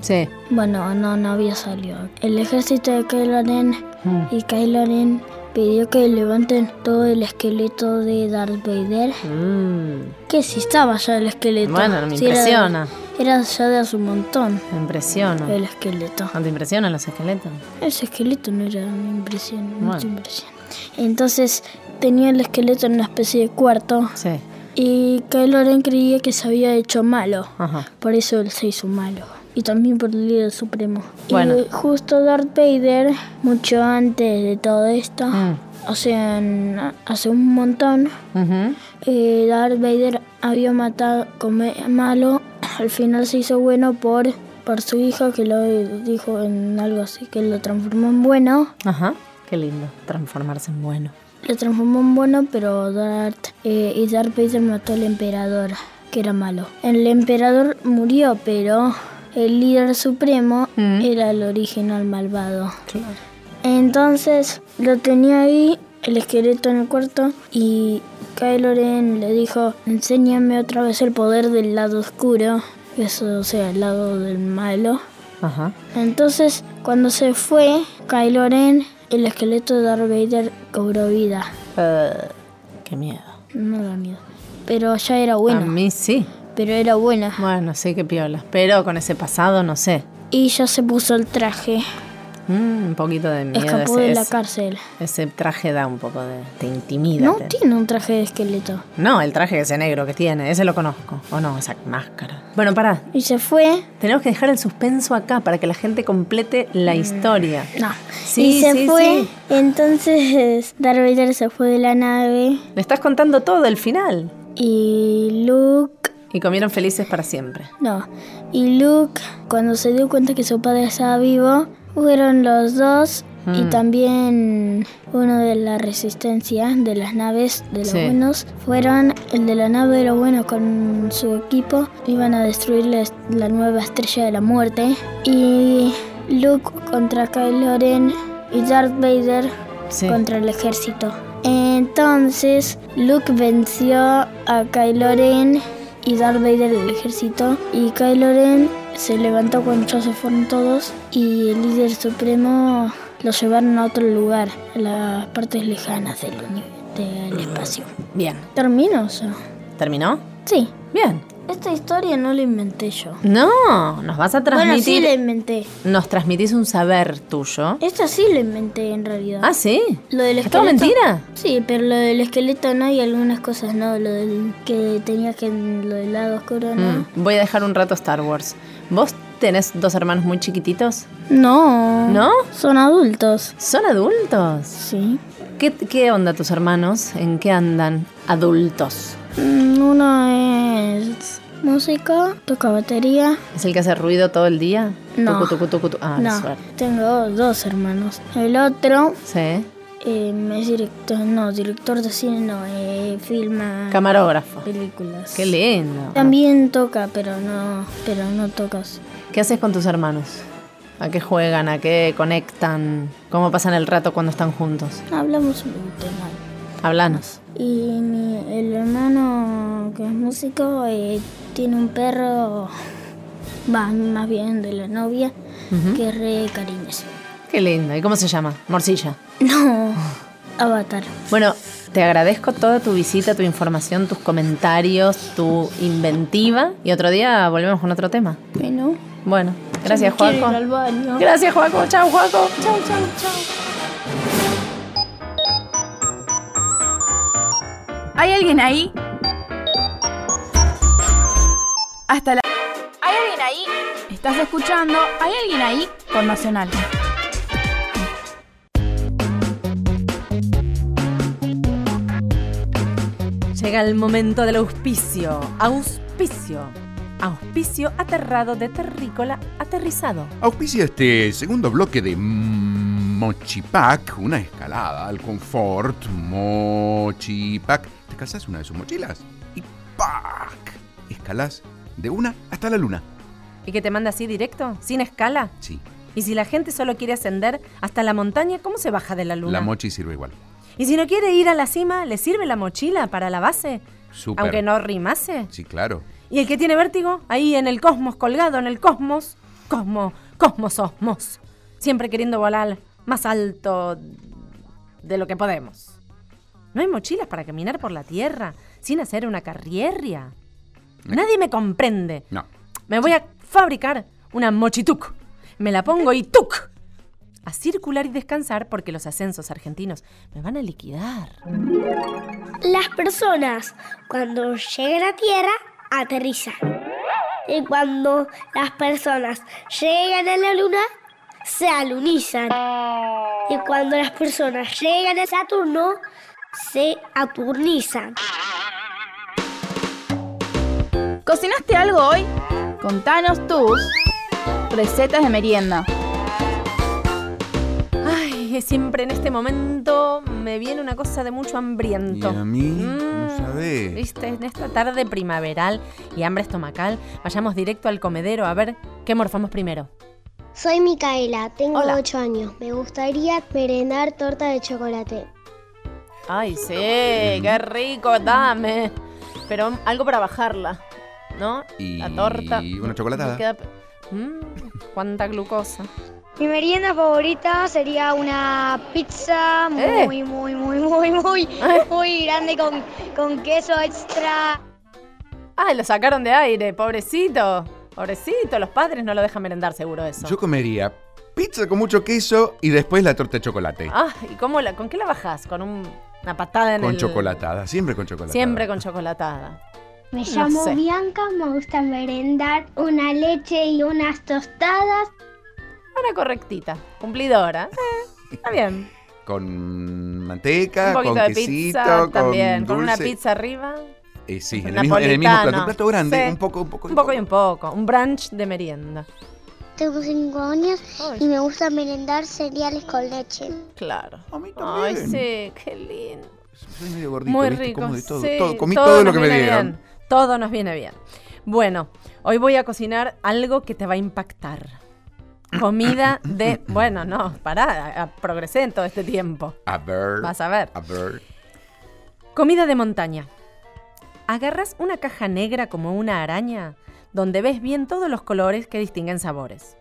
Speaker 2: Sí.
Speaker 8: Bueno, no, no había salido. El ejército de Kylo Ren
Speaker 2: Mm.
Speaker 8: y Kylo Ren pidió que levanten todo el esqueleto de Darth Vader.
Speaker 2: Mm,
Speaker 8: Que si estaba ya el esqueleto.
Speaker 2: Bueno, me
Speaker 8: Si era-
Speaker 2: impresiona.
Speaker 8: Era, ya de hace un montón
Speaker 2: me impresiona.
Speaker 8: el esqueleto.
Speaker 2: ¿No te impresionan los esqueletos?
Speaker 8: Ese esqueleto no era una impresión, mucha
Speaker 2: Bueno.
Speaker 8: impresión. Entonces tenía el esqueleto en una especie de cuarto
Speaker 2: Sí.
Speaker 8: y Kylo Ren creía que se había hecho malo.
Speaker 2: Ajá.
Speaker 8: Por eso él se hizo malo. Y también por el líder supremo.
Speaker 2: Bueno.
Speaker 8: Y justo Darth Vader, mucho antes de todo esto,
Speaker 2: Mm.
Speaker 8: o sea, en- hace un montón,
Speaker 2: Mm, Ujú.
Speaker 8: eh, Darth Vader había matado como malo, <clears throat> al final se hizo bueno por, por su hijo que lo dijo en algo así, que lo transformó en bueno.
Speaker 2: Ajá. Qué lindo. Transformarse en bueno.
Speaker 8: Lo transformó en bueno, pero Darth eh, y Darth Vader mató al emperador, que era malo. El emperador murió, pero el líder supremo
Speaker 2: Mm.
Speaker 8: era el original malvado. Entonces lo tenía ahí, el esqueleto en el cuarto, y Kylo Ren le dijo, enséñame otra vez el poder del lado oscuro, eso o sea, el lado del malo.
Speaker 2: Ajá.
Speaker 8: Entonces, cuando se fue Kylo Ren, el esqueleto de Darth Vader cobró vida.
Speaker 2: Eh, qué miedo.
Speaker 8: No da miedo. Pero ya era buena.
Speaker 2: A mí sí.
Speaker 8: Pero era buena.
Speaker 2: Bueno, sí, qué piola. Pero con ese pasado, no sé.
Speaker 8: Y ya se puso el traje.
Speaker 2: Mm, un poquito de miedo.
Speaker 8: Escapó
Speaker 2: ese-
Speaker 8: de la
Speaker 2: ese-
Speaker 8: cárcel.
Speaker 2: Ese traje da un poco de... te intimida.
Speaker 8: No
Speaker 2: te-
Speaker 8: tiene un traje de esqueleto.
Speaker 2: No, el traje ese negro que tiene, ese lo conozco. O no, esa máscara. Bueno, pará.
Speaker 8: Y se fue.
Speaker 2: Tenemos que dejar el suspenso acá para que la gente complete la historia.
Speaker 8: No.
Speaker 2: Sí,
Speaker 8: Mm. y se
Speaker 2: sí,
Speaker 8: fue.
Speaker 2: sí.
Speaker 8: Entonces <laughs> Darth Vader se fue de la nave.
Speaker 2: Me estás contando todo el final.
Speaker 8: Y Luke.
Speaker 2: Y comieron felices para siempre.
Speaker 8: No. Y Luke, cuando se dio cuenta que su padre estaba vivo, fueron los dos. Y
Speaker 2: Mm.
Speaker 8: también uno de la resistencia de las naves de los
Speaker 2: Sí.
Speaker 8: buenos. Fueron el de la nave de los buenos con su equipo. Iban a destruir la est- la nueva estrella de la muerte. Y Luke contra Kylo Ren y Darth Vader
Speaker 2: Sí.
Speaker 8: contra el ejército. Entonces, Luke venció a Kylo Ren y Darth Vader el ejército. Y Kylo Ren se levantó cuando ya se fueron todos. Y el líder supremo lo llevaron a otro lugar, a las partes lejanas del, uni- del espacio.
Speaker 2: Bien.
Speaker 8: ¿Termino eso?
Speaker 2: ¿Terminó?
Speaker 8: Sí.
Speaker 2: Bien.
Speaker 8: Esta historia no la inventé yo.
Speaker 2: No, nos vas a
Speaker 8: Bueno, sí
Speaker 2: transmitir.
Speaker 8: la inventé.
Speaker 2: Nos transmitís un saber tuyo.
Speaker 8: Esta sí la inventé en realidad.
Speaker 2: Ah, sí.
Speaker 8: Lo del
Speaker 2: ¿Es todo
Speaker 8: esqueleto-
Speaker 2: mentira?
Speaker 8: Sí, pero lo del esqueleto no y algunas cosas no. Lo del que tenía que. Lo del lado oscuro no.
Speaker 2: Mm, Voy a dejar un rato Star Wars. ¿Vos tenés dos hermanos muy chiquititos?
Speaker 8: No.
Speaker 2: ¿No?
Speaker 8: Son adultos.
Speaker 2: ¿Son adultos?
Speaker 8: Sí.
Speaker 2: ¿Qué, qué onda tus hermanos? ¿En qué andan? Adultos.
Speaker 8: Mm, Uno es músico, toca batería.
Speaker 2: ¿Es el que hace ruido todo el día?
Speaker 8: No.
Speaker 2: Tucu, tucu, tucu, tu- Ah,
Speaker 8: no,
Speaker 2: suerte.
Speaker 8: tengo dos hermanos. El otro
Speaker 2: Sí.
Speaker 8: em, es director, no, director de cine, no, eh, filma
Speaker 2: Camarógrafo.
Speaker 8: películas.
Speaker 2: Qué lindo.
Speaker 8: También toca, pero no, pero no tocas.
Speaker 2: ¿Qué haces con tus hermanos? ¿A qué juegan? ¿A qué conectan? ¿Cómo pasan el rato cuando están juntos?
Speaker 8: Hablamos un tema.
Speaker 2: Hablanos.
Speaker 8: Y mi, el hermano que es músico eh, tiene un perro, va, más bien de la novia, que es re cariñoso.
Speaker 2: Qué lindo. ¿Y cómo se llama? Morcilla.
Speaker 8: No, Avatar.
Speaker 2: Bueno, te agradezco toda tu visita, tu información, tus comentarios, tu inventiva. Y otro día volvemos con otro tema.
Speaker 8: Bueno,
Speaker 2: Bueno, gracias,
Speaker 8: quiero ir
Speaker 2: Juaco.
Speaker 8: al baño.
Speaker 2: Gracias, Juaco. Chau, Juaco.
Speaker 8: chau, chau, chau.
Speaker 6: ¿Hay alguien ahí? Hasta la... ¿Hay alguien ahí? Estás escuchando ¿Hay alguien ahí? Por Nacional.
Speaker 2: Llega el momento del auspicio. Auspicio. Auspicio aterrado de terrícola aterrizado.
Speaker 3: Auspicia este segundo bloque de Mochipac, una escalada al confort. Mochipac. Te casas una de sus mochilas y ¡pac! Escalás de una hasta la luna.
Speaker 2: ¿Y que te manda así directo? ¿Sin escala?
Speaker 3: Sí,
Speaker 2: Y si la gente solo quiere ascender hasta la montaña, ¿cómo se baja de la luna?
Speaker 3: la mochi sirve igual.
Speaker 2: y si no quiere ir a la cima, ¿le sirve la mochila para la base?
Speaker 3: Súper.
Speaker 2: Aunque no rimase.
Speaker 3: Sí, claro.
Speaker 2: ¿Y el que tiene vértigo? Ahí en el cosmos, colgado en el cosmos. Cosmo, cosmos, osmos. Siempre queriendo volar más alto de lo que podemos. ¿No hay mochilas para caminar por la tierra sin hacer una carrierria? Nadie me comprende.
Speaker 3: No.
Speaker 2: Me voy a fabricar una mochituc. Me la pongo y tuc. A circular y descansar porque los ascensos argentinos me van a liquidar.
Speaker 5: Las personas cuando llegan a tierra aterrizan. Y cuando las personas llegan a la luna, se alunizan. Y cuando las personas llegan a Saturno, se aturnizan.
Speaker 6: ¿Cocinaste algo hoy? Contanos tus recetas de merienda.
Speaker 2: Ay, siempre en este momento me viene una cosa de mucho hambriento. Mm,
Speaker 3: Y a mí, no sabés.
Speaker 2: Viste, en esta tarde primaveral y hambre estomacal, vayamos directo al comedero a ver qué morfamos primero.
Speaker 5: Soy Micaela, tengo
Speaker 2: Hola.
Speaker 5: 8 años. Me gustaría merendar torta de chocolate.
Speaker 2: Ay, sí, qué
Speaker 3: Mm.
Speaker 2: rico, dame. Pero algo para bajarla, ¿no?
Speaker 3: Y
Speaker 2: La torta.
Speaker 3: una chocolatada.
Speaker 2: Me queda pe- Mm, cuánta glucosa.
Speaker 5: Mi merienda favorita sería una pizza
Speaker 2: Eh.
Speaker 5: muy, muy, muy, muy, muy, muy grande con, con queso extra.
Speaker 2: Ay, lo sacaron de aire, pobrecito. Pobrecito, los padres no lo dejan merendar, seguro eso.
Speaker 3: Yo comería pizza con mucho queso y después la torta de chocolate.
Speaker 2: Ah, ¿y cómo la, con qué la bajás? ¿Con un- una patada en
Speaker 3: con
Speaker 2: el...?
Speaker 3: chocolatada, siempre con chocolatada.
Speaker 2: Siempre con chocolatada.
Speaker 5: Me
Speaker 2: No
Speaker 5: llamo
Speaker 2: sé.
Speaker 5: Bianca, me gusta merendar una leche y unas tostadas.
Speaker 2: Una correctita, cumplidora. Eh, está bien.
Speaker 3: Con
Speaker 2: Un
Speaker 3: manteca,
Speaker 2: poquito
Speaker 3: Ah, con
Speaker 2: de
Speaker 3: quesito,
Speaker 2: pizza
Speaker 3: con
Speaker 2: también. Con una
Speaker 3: dulce.
Speaker 2: pizza arriba.
Speaker 3: Eh, sí, en el, mismo, en el mismo plato.
Speaker 2: napolitano.
Speaker 3: Un plato grande,
Speaker 2: Sí.
Speaker 3: un poco, un poco.
Speaker 2: Un poco y un poco. Un brunch de merienda.
Speaker 5: Tengo cinco años y me gusta merendar cereales con leche.
Speaker 2: Claro.
Speaker 3: A mí
Speaker 2: Ay,
Speaker 3: también.
Speaker 2: sí, qué lindo.
Speaker 3: Soy medio gordito,
Speaker 2: Muy
Speaker 3: ¿viste?
Speaker 2: rico.
Speaker 3: Como de todo.
Speaker 2: sí,
Speaker 3: Todo- comí todo lo
Speaker 2: nos
Speaker 3: que me
Speaker 2: viene
Speaker 3: dieron.
Speaker 2: bien, Todo nos viene bien. Bueno, hoy voy a cocinar algo que te va a impactar. Comida de. Bueno, no, pará, a- progresé en todo este tiempo.
Speaker 3: A ver.
Speaker 2: Vas a ver.
Speaker 3: A ver.
Speaker 2: Comida de montaña. Agarras una caja negra como una araña, donde ves bien todos los colores que distinguen sabores.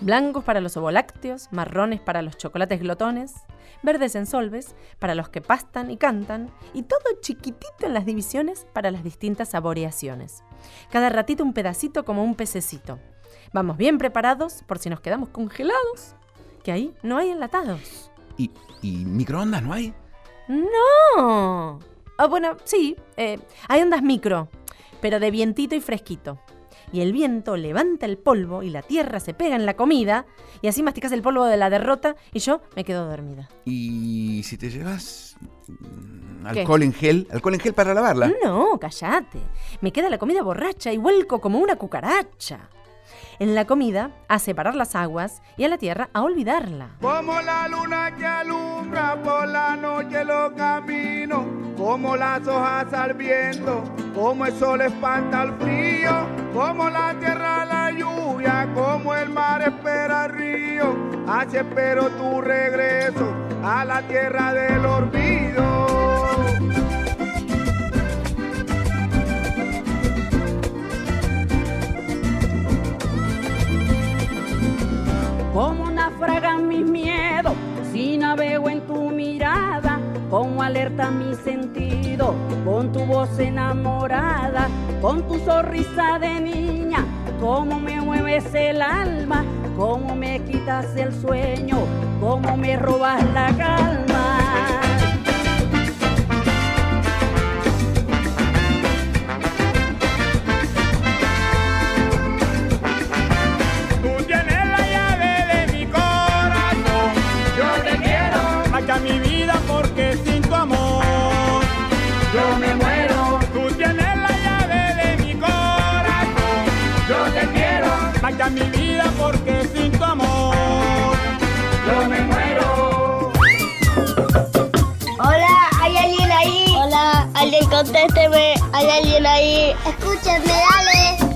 Speaker 2: Blancos para los ovolácteos, marrones para los chocolates glotones, verdes en solves para los que pastan y cantan, y todo chiquitito en las divisiones para las distintas saboreaciones. Cada ratito un pedacito como un pececito. Vamos bien preparados por si nos quedamos congelados, que ahí no hay enlatados.
Speaker 3: ¿Y, y microondas no hay?
Speaker 2: ¡No! Ah, bueno, sí, eh, hay ondas micro, pero de vientito y fresquito. Y el viento levanta el polvo y la tierra se pega en la comida, y así masticas el polvo de la derrota y yo me quedo dormida.
Speaker 3: ¿Y si te llevas
Speaker 2: ¿Qué?
Speaker 3: mm,
Speaker 2: Mm.
Speaker 3: alcohol en gel? ¿Alcohol en gel para lavarla?
Speaker 2: No, callate. Me queda la comida borracha y vuelco como una cucaracha. En la comida, a separar las aguas y a la tierra a olvidarla.
Speaker 11: Como la luna que alumbra por la noche los caminos, como las hojas al viento, como el sol espanta el frío, como la tierra la lluvia, como el mar espera el río, así espero tu regreso a la tierra del olvido.
Speaker 4: Como naufragan mis miedos si navego en tu mirada? Como alerta mi sentido con tu voz enamorada? Con tu sonrisa de niña, ¿cómo me mueves el alma? ¿Cómo me quitas el sueño? ¿Cómo me robas la calma?
Speaker 11: Tú tienes la llave de mi corazón. Yo te quiero. Marca mi vida porque sin tu amor. Yo me muero. Tú tienes la llave de mi corazón. Yo te quiero. Marca mi vida porque sin tu amor. Yo me muero.
Speaker 5: Hola, ¿hay alguien ahí? Hola, alguien contésteme, ¿hay alguien ahí? Escúchame, dale.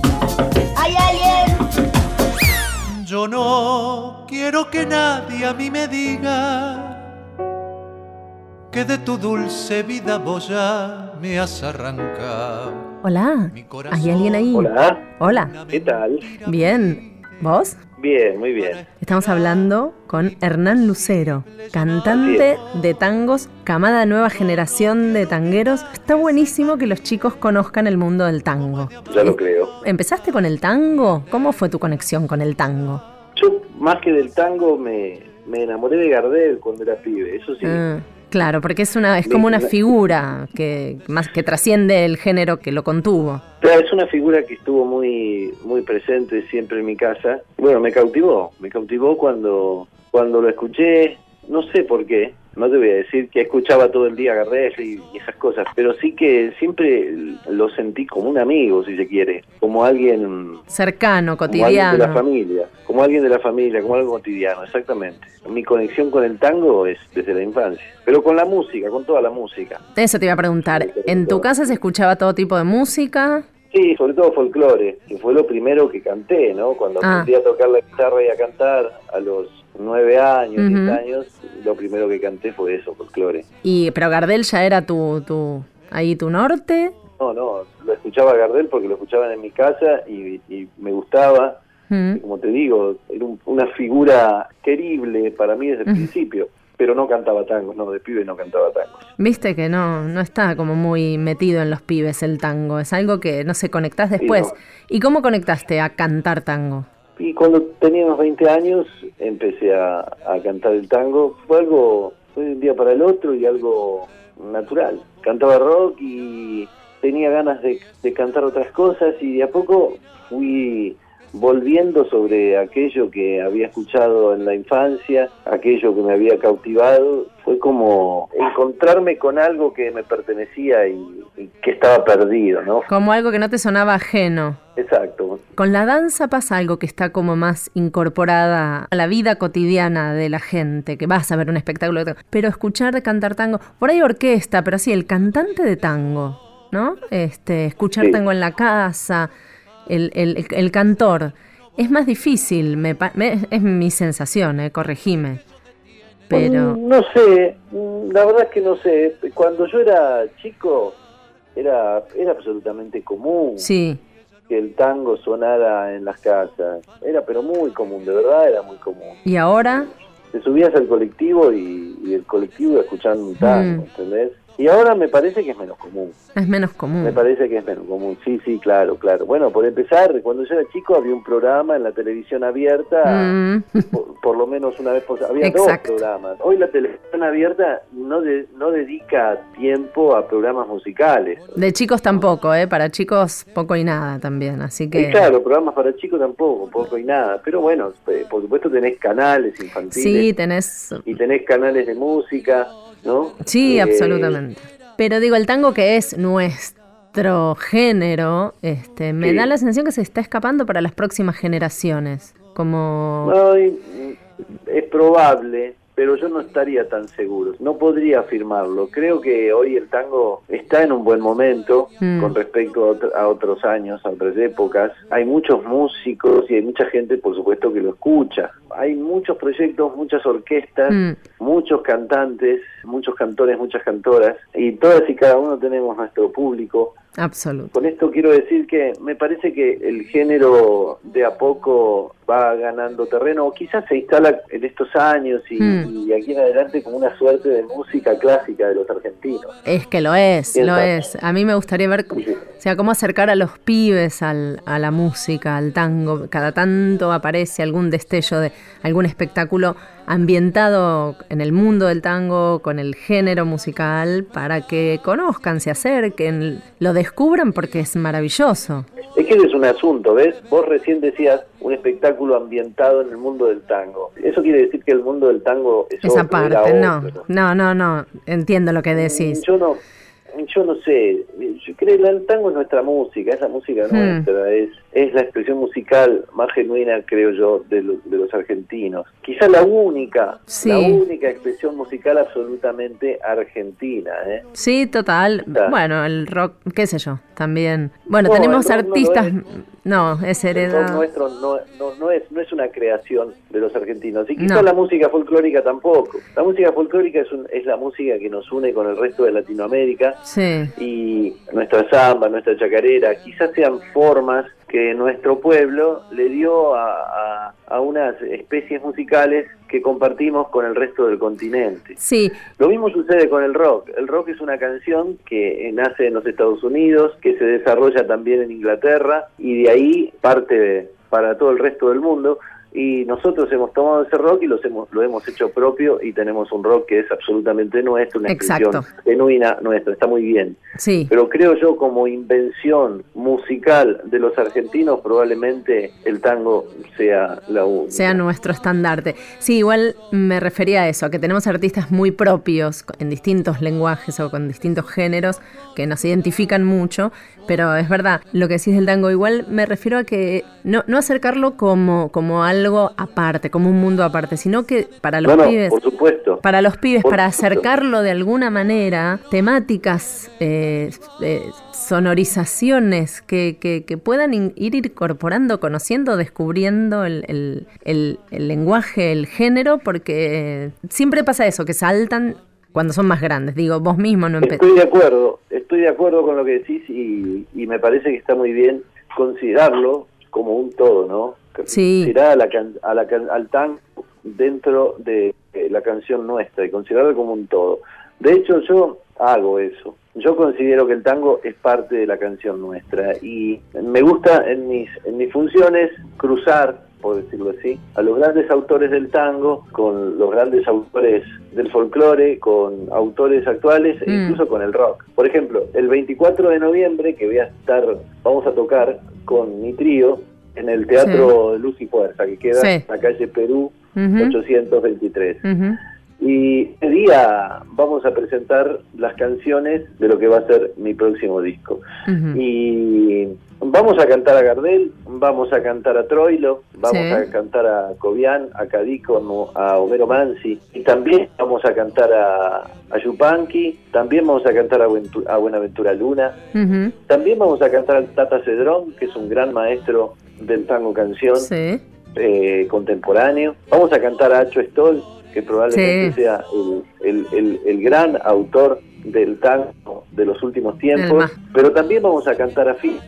Speaker 5: ¿Hay alguien?
Speaker 12: Yo no quiero que nadie a mí me diga que de tu dulce vida vos ya me has arrancado.
Speaker 2: Hola, ¿hay alguien ahí?
Speaker 13: Hola.
Speaker 2: Hola.
Speaker 13: ¿Qué tal?
Speaker 2: Bien. ¿Vos?
Speaker 13: Bien, muy bien.
Speaker 2: Estamos hablando con Hernán Lucero, cantante de tangos, camada nueva generación de tangueros. Está buenísimo que los chicos conozcan el mundo del tango.
Speaker 13: Ya lo creo.
Speaker 2: ¿Empezaste con el tango? ¿Cómo fue tu conexión con el tango?
Speaker 13: Yo, más que del tango, me, me enamoré de Gardel cuando era pibe, eso sí.
Speaker 2: Ah, claro, porque es una es como una figura que más que trasciende el género que lo contuvo.
Speaker 13: Claro, Es una figura que estuvo muy, muy presente siempre en mi casa. Bueno, me cautivó, me cautivó cuando, cuando lo escuché, no sé por qué, no te voy a decir que escuchaba todo el día Gardel y, y esas cosas, pero sí que siempre lo sentí como un amigo, si se quiere, como alguien
Speaker 2: Cercano,
Speaker 13: Como alguien de la
Speaker 2: cotidiano.
Speaker 13: familia, como alguien de la familia, como algo cotidiano, exactamente. Mi conexión con el tango es desde la infancia, pero con la música, con toda la música.
Speaker 2: Eso te iba a preguntar. ¿En tu casa se escuchaba todo tipo de música?
Speaker 13: Sí, sobre todo folclore, que fue lo primero que canté, ¿no? Cuando
Speaker 2: Ah.
Speaker 13: aprendí a tocar la guitarra y a cantar a los nueve años, diez
Speaker 2: Ujú.
Speaker 13: años, lo primero que canté fue eso, folclore.
Speaker 2: Y pero Gardel ya era tu tu ahí tu norte.
Speaker 13: No, no, lo escuchaba a Gardel porque lo escuchaban en mi casa y, y me gustaba.
Speaker 2: Mm.
Speaker 13: Y Como te digo, era un- una figura querible para mí desde el
Speaker 2: Ujú.
Speaker 13: principio, pero no cantaba tangos, no, de pibe no cantaba tangos.
Speaker 2: Viste que no, no está como muy metido en los pibes el tango, es algo que no sé, conectás después.
Speaker 13: no.
Speaker 2: ¿Y cómo conectaste a cantar tango?
Speaker 13: Y cuando tenía unos 20 años empecé a, a cantar el tango. Fue algo, fue de un día para el otro y algo natural. Cantaba rock y tenía ganas de, de cantar otras cosas y de a poco fui volviendo sobre aquello que había escuchado en la infancia, aquello que me había cautivado, fue como encontrarme con algo que me pertenecía y, y que estaba perdido, ¿no?
Speaker 2: Como algo que no te sonaba ajeno.
Speaker 13: Exacto.
Speaker 2: Con la danza pasa algo que está como más incorporada a la vida cotidiana de la gente, que vas a ver un espectáculo, de tango, pero escuchar de cantar tango, por ahí orquesta, pero así el cantante de tango, ¿no? Este, escuchar
Speaker 13: Sí.
Speaker 2: tango en la casa, el, el- el- el cantor. Es más difícil, me pa- me- es mi sensación, eh, corregime. Pero
Speaker 13: Mm, No sé, mm, la verdad es que no sé. Cuando yo era chico, era, era absolutamente común
Speaker 2: sí,
Speaker 13: que el tango sonara en las casas. Era pero muy común, de verdad era muy común.
Speaker 2: y ahora
Speaker 13: Te subías al colectivo y, y el colectivo iba escuchando un tango,
Speaker 2: Mm.
Speaker 13: ¿entendés? Y ahora me parece que es menos común.
Speaker 2: es menos
Speaker 13: Me
Speaker 2: común.
Speaker 13: parece que es menos común. Sí, sí, claro, claro. Bueno, por empezar, cuando yo era chico había un programa en la televisión abierta
Speaker 2: Mm.
Speaker 13: por, por lo menos una vez por había
Speaker 2: Exacto.
Speaker 13: dos programas. Hoy la televisión abierta no de- no dedica tiempo a programas musicales.
Speaker 2: De chicos tampoco, ¿eh? Para chicos poco y nada también, así que...
Speaker 13: Y claro, programas para chicos tampoco, poco y nada. Pero bueno, eh, por supuesto tenés canales
Speaker 2: Sí,
Speaker 13: infantiles
Speaker 2: tenés...
Speaker 13: y tenés canales de música, ¿no?
Speaker 2: Sí,
Speaker 13: Eh,
Speaker 2: absolutamente. Pero digo, el tango que es nuestro género, este, me
Speaker 13: Sí.
Speaker 2: da la sensación que se está escapando para las próximas generaciones. Como...
Speaker 13: Ay, es probable, pero yo no estaría tan seguro. No podría afirmarlo. Creo que hoy el tango está en un buen momento
Speaker 2: Mm.
Speaker 13: con respecto a, otro- a otros años, a otras épocas. Hay muchos músicos y hay mucha gente, por supuesto, que lo escucha. Hay muchos proyectos, muchas orquestas,
Speaker 2: Mm.
Speaker 13: muchos cantantes, muchos cantores, muchas cantoras. Y todas y cada uno tenemos nuestro público.
Speaker 2: Absoluto.
Speaker 13: Con esto quiero decir que me parece que el género de a poco va ganando terreno, o quizás se instala en estos años y,
Speaker 2: Mm.
Speaker 13: y aquí en adelante como una suerte de música clásica de los argentinos.
Speaker 2: Es que lo es,
Speaker 13: Bien,
Speaker 2: lo
Speaker 13: Paco.
Speaker 2: es. A mí me gustaría ver, cómo- o sea, cómo acercar a los pibes al- a la música, al tango. Cada tanto aparece algún destello de algún espectáculo ambientado en el mundo del tango, con el género musical, para que conozcan, se acerquen, lo descubran porque es maravilloso.
Speaker 13: Es que ese es un asunto, ¿ves? Vos recién decías un espectáculo ambientado en el mundo del tango. Eso quiere decir que el mundo del tango es
Speaker 2: Esa
Speaker 13: otro, era
Speaker 2: parte, no,
Speaker 13: otro.
Speaker 2: no, no, no, entiendo lo que decís.
Speaker 13: Yo no, yo no sé. Yo creo que el tango es nuestra música, es la música
Speaker 2: Hmm.
Speaker 13: nuestra, es, es la expresión musical más genuina, creo yo, de, lo- de los argentinos. Quizá la única,
Speaker 2: Sí.
Speaker 13: la única expresión musical absolutamente argentina, ¿eh?
Speaker 2: Sí, total.
Speaker 13: Claro.
Speaker 2: Bueno, el rock, qué sé yo, también. Bueno,
Speaker 13: No,
Speaker 2: tenemos
Speaker 13: el rock no lo
Speaker 2: artistas.
Speaker 13: es.
Speaker 2: No, es
Speaker 13: El rock
Speaker 2: heredado.
Speaker 13: nuestro no, no, no es, no es una creación de los argentinos. Y quizá
Speaker 2: No.
Speaker 13: la música folclórica tampoco. La música folclórica es, un- es la música que nos une con el resto de Latinoamérica.
Speaker 2: Sí,
Speaker 13: y nuestra samba, nuestra chacarera, quizás sean formas que nuestro pueblo le dio a, a- a unas especies musicales que compartimos con el resto del continente.
Speaker 2: sí,
Speaker 13: Lo mismo sucede con el rock. El rock es una canción que eh, nace en los Estados Unidos, que se desarrolla también en Inglaterra y de ahí parte para todo el resto del mundo. Y nosotros hemos tomado ese rock y los hemos, lo hemos hecho propio y tenemos un rock que es absolutamente nuestro, una expresión
Speaker 2: Exacto.
Speaker 13: genuina nuestra. Está muy bien.
Speaker 2: sí.
Speaker 13: Pero creo yo como invención musical de los argentinos probablemente el tango sea la única.
Speaker 2: Sea nuestro estandarte. Sí, igual me refería a eso, a que tenemos artistas muy propios en distintos lenguajes o con distintos géneros que nos identifican mucho, pero es verdad, lo que decís del tango, igual me refiero a que no, no acercarlo como, como algo aparte, como un mundo aparte, sino que para los
Speaker 13: no, no,
Speaker 2: pibes.
Speaker 13: por supuesto.
Speaker 2: para los pibes,
Speaker 13: Por
Speaker 2: para
Speaker 13: supuesto.
Speaker 2: acercarlo de alguna manera, temáticas, eh, eh, sonorizaciones que, que- que puedan in- ir incorporando, conociendo, descubriendo el, el- el- el lenguaje, el género, porque siempre pasa eso, que saltan cuando son más grandes. Digo, vos mismo no empe-
Speaker 13: Estoy de acuerdo, estoy de acuerdo con lo que decís y, y me parece que está muy bien considerarlo como un todo, ¿no?
Speaker 2: Sí.
Speaker 13: Considerar a la can- a la can- al tango dentro de eh, la canción nuestra y considerarlo como un todo. De hecho, yo hago eso. Yo considero que el tango es parte de la canción nuestra y me gusta en mis, en mis funciones cruzar por decirlo así, a los grandes autores del tango, con los grandes autores del folclore, con autores actuales e
Speaker 14: Mm.
Speaker 13: incluso con el rock. Por ejemplo, el 24 de noviembre, que voy a estar, vamos a tocar con mi trío en el Teatro Luz y Fuerza, que queda
Speaker 14: Sí.
Speaker 13: en la calle Perú
Speaker 14: Ujú.
Speaker 13: 823. Y ese día vamos a presentar las canciones de lo que va a ser mi próximo disco.
Speaker 2: Mm.
Speaker 13: Y vamos a cantar a Gardel, vamos a cantar a Troilo, vamos
Speaker 14: Sí.
Speaker 13: a cantar a Cobian, a Cadícono, a Homero Mansi, y también vamos a cantar a, a Yupanqui, también vamos a cantar a, Buentu- a Buenaventura Luna, también vamos a cantar al Tata Cedrón, que es un gran maestro del tango canción
Speaker 2: Sí.
Speaker 13: eh, contemporáneo. Vamos a cantar a Acho Stoll, que probablemente
Speaker 2: Sí.
Speaker 13: sea el, el- el- el gran autor del tango de los últimos
Speaker 14: El
Speaker 13: tiempos.
Speaker 14: más.
Speaker 13: Pero también vamos a cantar a Phil,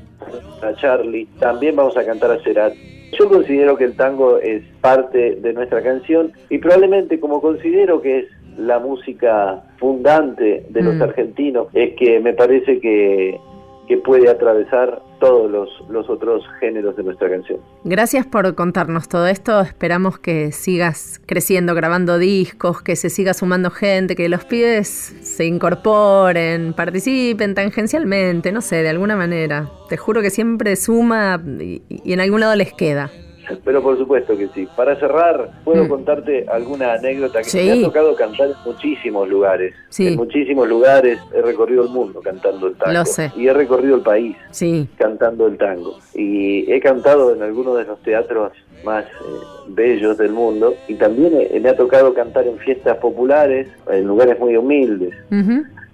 Speaker 13: a Charlie, también vamos a cantar a Serrat. Yo considero que el tango es parte de nuestra canción y probablemente como considero que es la música fundante de los
Speaker 14: Mm.
Speaker 13: argentinos, es que me parece que, que puede atravesar todos los, los otros géneros de nuestra canción.
Speaker 2: Gracias por contarnos todo esto. Esperamos que sigas creciendo, grabando discos, que se siga sumando gente, que los pibes se incorporen, participen tangencialmente, no sé, de alguna manera. Te juro que siempre suma y, y en algún lado les queda.
Speaker 13: Pero por supuesto que sí. Para cerrar, puedo contarte alguna anécdota que
Speaker 2: Mm. Sí.
Speaker 13: me ha tocado cantar en muchísimos lugares.
Speaker 2: Sí.
Speaker 13: En muchísimos lugares he recorrido el mundo cantando el tango.
Speaker 2: Lo sé.
Speaker 13: Y he recorrido el país
Speaker 2: Sí.
Speaker 13: cantando el tango. Y he cantado en algunos de los teatros más eh, bellos del mundo. Y también eh, me ha tocado cantar en fiestas populares, en lugares muy humildes.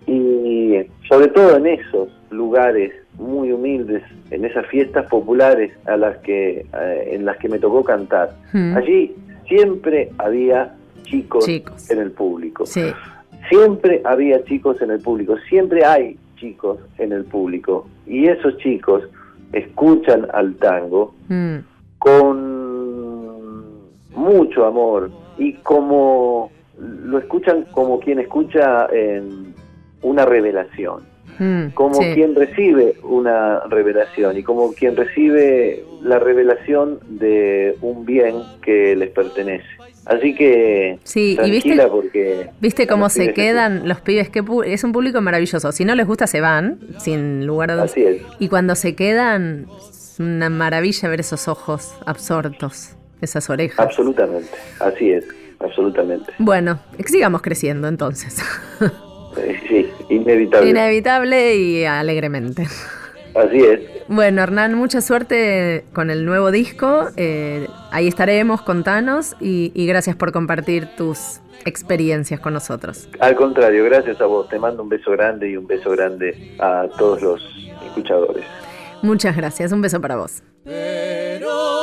Speaker 13: Y eh, sobre todo en esos lugares muy humildes, en esas fiestas populares a las que, eh, en las que me tocó cantar. Allí siempre había chicos, en el público. Siempre había chicos en el público, siempre hay chicos en el público. Y esos chicos escuchan al tango
Speaker 2: Mm.
Speaker 13: con mucho amor y como lo escuchan como quien escucha em, una revelación,
Speaker 2: Mm,
Speaker 13: como
Speaker 14: sí.
Speaker 13: quien recibe una revelación y como quien recibe la revelación de un bien que les pertenece. Así que
Speaker 2: Sí, y viste-
Speaker 13: tranquila porque
Speaker 2: ¿Viste cómo
Speaker 13: los
Speaker 2: se
Speaker 13: pibes
Speaker 2: quedan los pibes? Que pu- es un público maravilloso. Si no les gusta, se van, sin lugar a dudas.
Speaker 13: Así es.
Speaker 2: Y cuando se quedan, es una maravilla ver esos ojos absortos, esas orejas.
Speaker 13: Absolutamente, así es, absolutamente.
Speaker 2: Bueno, que sigamos creciendo entonces. <laughs>
Speaker 13: Eh, Sí, inevitable.
Speaker 2: Inevitable y alegremente.
Speaker 13: así es.
Speaker 2: Bueno, Hernán, mucha suerte con el nuevo disco. eh, ahí estaremos, contanos y, y gracias por compartir tus experiencias con nosotros.
Speaker 13: Al contrario, gracias a vos. Te mando un beso grande y un beso grande a todos los escuchadores.
Speaker 2: Muchas gracias, un beso para vos.
Speaker 14: No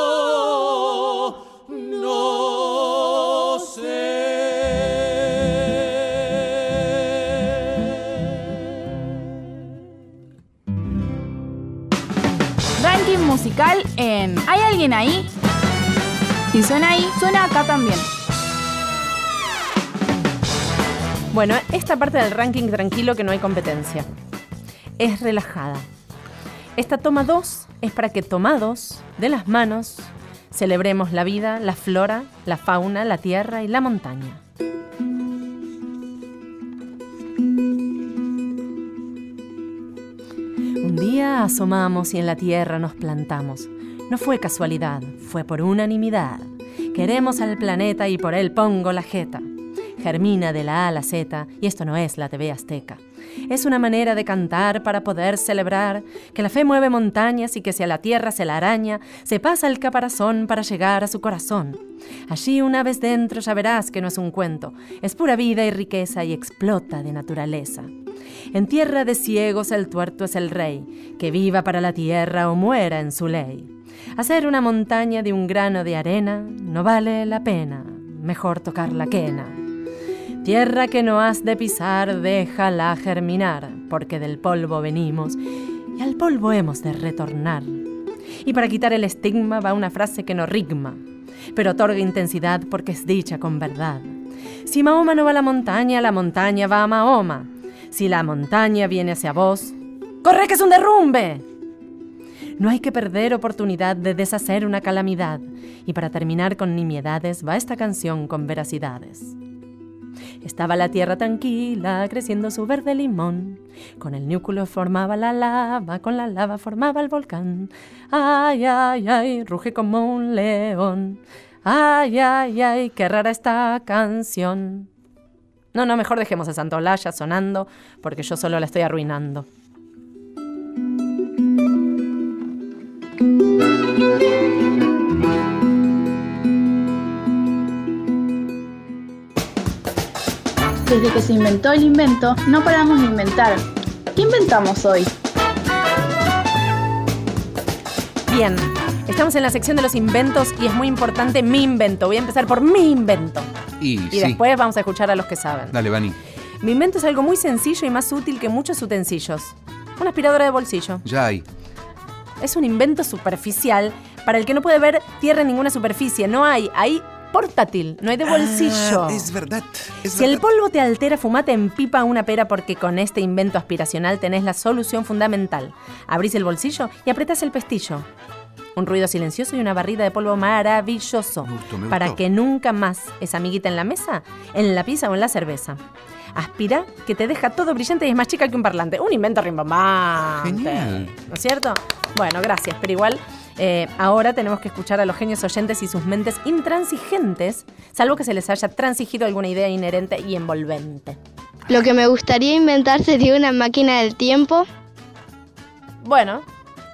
Speaker 6: Ranking musical en ¿Hay alguien ahí? Si suena ahí, suena acá también.
Speaker 2: Bueno, esta parte del ranking tranquilo que no hay competencia. Es relajada. Esta toma 2 es para que tomados de las manos celebremos la vida, la flora, la fauna, la tierra y la montaña. Un día asomamos y en la tierra nos plantamos. No fue casualidad, fue por unanimidad. Queremos al planeta y por él pongo la jeta. Germina de la A a la Z, y esto no es la TV azteca. Es una manera de cantar para poder celebrar que la fe mueve montañas y que si a la tierra se la araña, se pasa el caparazón para llegar a su corazón. Allí una vez dentro ya verás que no es un cuento, es pura vida y riqueza y explota de naturaleza. En tierra de ciegos el tuerto es el rey, que viva para la tierra o muera en su ley. Hacer una montaña de un grano de arena no vale la pena, mejor tocar la quena. Tierra que no has de pisar, déjala germinar, porque del polvo venimos y al polvo hemos de retornar. Y para quitar el estigma va una frase que no rigma, pero otorga intensidad porque es dicha con verdad. Si Mahoma no va a la montaña, la montaña va a Mahoma. Si la montaña viene hacia vos, ¡corre que es un derrumbe! No hay que perder oportunidad de deshacer una calamidad. Y para terminar con nimiedades va esta canción con veracidades. Estaba la tierra tranquila, creciendo su verde limón. Con el núcleo formaba la lava, con la lava formaba el volcán. Ay, ay, ay, ruge como un león. Ay, ay, ay, qué rara esta canción. No, no, mejor dejemos a Santolaya sonando, porque yo solo la estoy arruinando.
Speaker 6: Desde que se inventó el invento, no paramos de inventar. ¿Qué inventamos hoy?
Speaker 2: Bien, estamos en la sección de los inventos y es muy importante mi invento. Voy a empezar por mi invento.
Speaker 3: Y,
Speaker 2: Y
Speaker 3: sí.
Speaker 2: después vamos a escuchar a los que saben.
Speaker 3: Dale, Vani.
Speaker 2: Mi invento es algo muy sencillo y más útil que muchos utensilios. Una aspiradora de bolsillo.
Speaker 3: Ya hay.
Speaker 2: Es un invento superficial para el que no puede ver tierra en ninguna superficie. No hay, hay portátil, no hay de bolsillo.
Speaker 3: Ah, es verdad. es
Speaker 2: si el polvo te altera, fumate en pipa una pera porque con este invento aspiracional tenés la solución fundamental. Abrís el bolsillo y apretás el pestillo. Un ruido silencioso y una barrida de polvo maravilloso
Speaker 3: me
Speaker 2: para
Speaker 3: gustó.
Speaker 2: que nunca más esa amiguita en la mesa, en la pizza o en la cerveza. Aspira que te deja todo brillante y es más chica que un parlante. Un invento rimbombante.
Speaker 3: Genial.
Speaker 2: ¿No es cierto? Bueno, gracias, pero igual eh, ahora tenemos que escuchar a los genios oyentes y sus mentes intransigentes, salvo que se les haya transigido alguna idea inherente y envolvente.
Speaker 14: Lo que me gustaría inventar sería una máquina del tiempo.
Speaker 2: Bueno,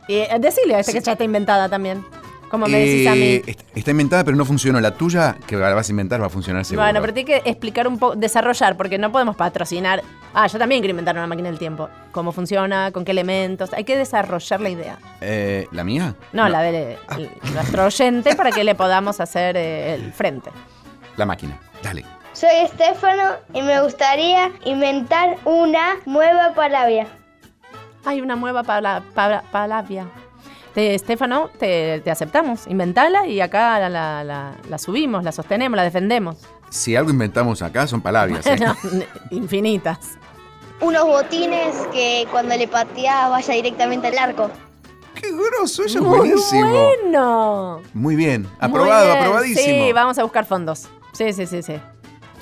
Speaker 2: y eh, decile a este que ya está inventada también. Como me decís a mí.
Speaker 3: Eh, Está, está inventada, pero no funcionó. La tuya, que la vas a inventar, va a funcionar seguro.
Speaker 2: Bueno, pero tiene que explicar un poco, desarrollar, porque no podemos patrocinar. Ah, yo también quiero inventar una máquina del tiempo. Cómo funciona, con qué elementos. Hay que desarrollar la idea.
Speaker 3: Eh, ¿La mía?
Speaker 2: No, la de el- nuestro oyente para que le podamos hacer eh, el frente.
Speaker 3: La máquina. Dale.
Speaker 5: Soy Estefano y me gustaría inventar una nueva palabra.
Speaker 2: Hay una nueva palabra. palabra. Te, Estefano, te, te aceptamos. Inventala y acá la, la- la- la subimos, la sostenemos, la defendemos.
Speaker 3: Si algo inventamos acá son
Speaker 2: <laughs>
Speaker 3: palabras. ¿eh?
Speaker 2: Bueno, infinitas.
Speaker 14: Unos botines que cuando le patea vaya directamente al arco.
Speaker 3: <laughs> ¡Qué groso! Eso es
Speaker 2: Muy
Speaker 3: buenísimo.
Speaker 2: bueno.
Speaker 3: Muy bien.
Speaker 2: Muy
Speaker 3: Aprobado,
Speaker 2: bien.
Speaker 3: aprobadísimo.
Speaker 2: Sí, vamos a buscar fondos. Sí, sí, sí, sí.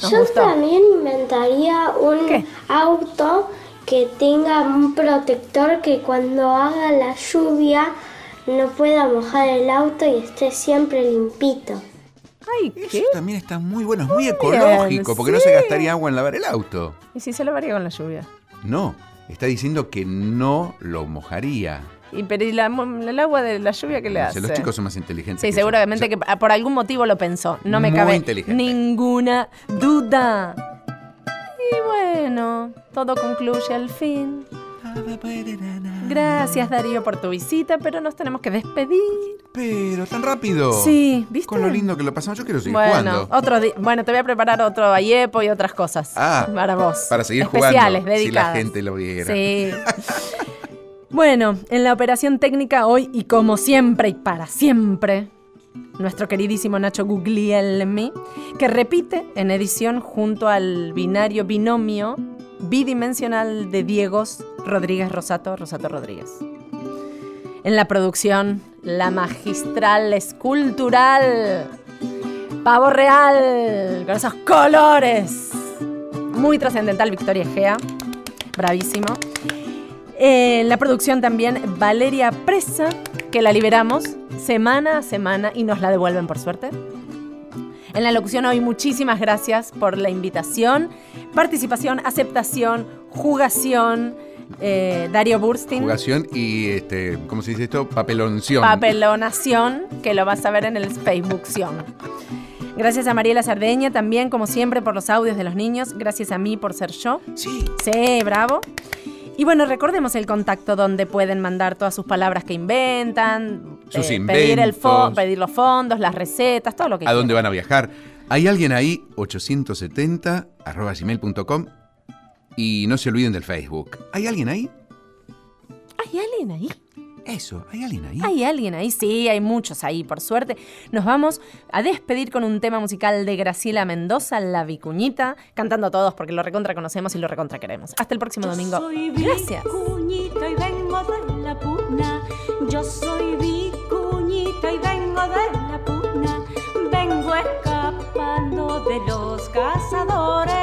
Speaker 2: Nos
Speaker 15: Yo
Speaker 2: gustó.
Speaker 15: también inventaría un auto que tenga un protector que cuando haga la lluvia no pueda mojar el auto y esté siempre limpito.
Speaker 2: Ay, ¿qué?
Speaker 3: También está muy bueno, es muy
Speaker 2: bien,
Speaker 3: ecológico, porque no
Speaker 2: sí.
Speaker 3: se gastaría agua en lavar el auto.
Speaker 2: ¿Y si se lo varía con la lluvia?
Speaker 3: No, está diciendo que no lo mojaría.
Speaker 2: Y, pero ¿y la mo- el agua de la lluvia qué le
Speaker 3: No
Speaker 2: hace?
Speaker 3: sé, los chicos son más inteligentes.
Speaker 2: Sí,
Speaker 3: que
Speaker 2: seguramente que ah, por algún motivo lo pensó. No me
Speaker 3: Muy
Speaker 2: cabe
Speaker 3: inteligente.
Speaker 2: ninguna duda. Y bueno, todo concluye al fin. Gracias Darío por tu visita, pero nos tenemos que despedir.
Speaker 3: Pero tan rápido.
Speaker 2: Sí, ¿viste?
Speaker 3: Con lo lindo que lo pasamos, yo quiero seguir
Speaker 2: Bueno,
Speaker 3: jugando.
Speaker 2: otro di- bueno, te voy a preparar otro Ayepo y otras cosas.
Speaker 3: Ah,
Speaker 2: para vos.
Speaker 3: Para seguir
Speaker 2: Especiales,
Speaker 3: jugando.
Speaker 2: dedicadas.
Speaker 3: Si la gente lo viera.
Speaker 2: Sí. bueno, en la operación técnica hoy y como siempre y para siempre, nuestro queridísimo Nacho Guglielmi, que repite en edición junto al binario binomio bidimensional de Diegos Rodríguez Rosato, Rosato Rodríguez. En la producción, la magistral escultural Pavo Real, con esos colores. Muy trascendental Victoria Egea, bravísimo. Eh, en la producción también Valeria Presa, que la liberamos semana a semana y nos la devuelven por suerte. En la locución hoy muchísimas gracias por la invitación, participación, aceptación, jugación. eh, Dario Burstein.
Speaker 3: Jugación y, este, ¿cómo se dice esto? Papelonción.
Speaker 2: Papelonación, que lo vas a ver en el Facebookción. Gracias a Mariela Sardeña también, como siempre, por los audios de los niños. Gracias a mí por ser yo.
Speaker 3: Sí.
Speaker 2: Sí, bravo. Y bueno, recordemos el contacto donde pueden mandar todas sus palabras que inventan, eh,
Speaker 3: Sus
Speaker 2: pedir, el fo-
Speaker 3: inventos.
Speaker 2: pedir los fondos, las recetas, todo lo que
Speaker 3: ¿A dónde
Speaker 2: quieran.
Speaker 3: van a viajar? Hay alguien ahí, 870 arroba gmail.com. Y no se olviden del Facebook. ¿Hay alguien ahí?
Speaker 2: ¿Hay alguien ahí?
Speaker 3: Eso, ¿hay alguien ahí?
Speaker 2: Hay alguien ahí, sí, hay muchos ahí, por suerte. Nos vamos a despedir con un tema musical de Graciela Mendoza, La Vicuñita, cantando a todos porque lo recontra conocemos y lo recontra queremos. Hasta el próximo domingo. Gracias.
Speaker 16: Vicuñita y vengo de la puna. Yo soy vicuñita y vengo de la puna. Vengo escapando de los cazadores.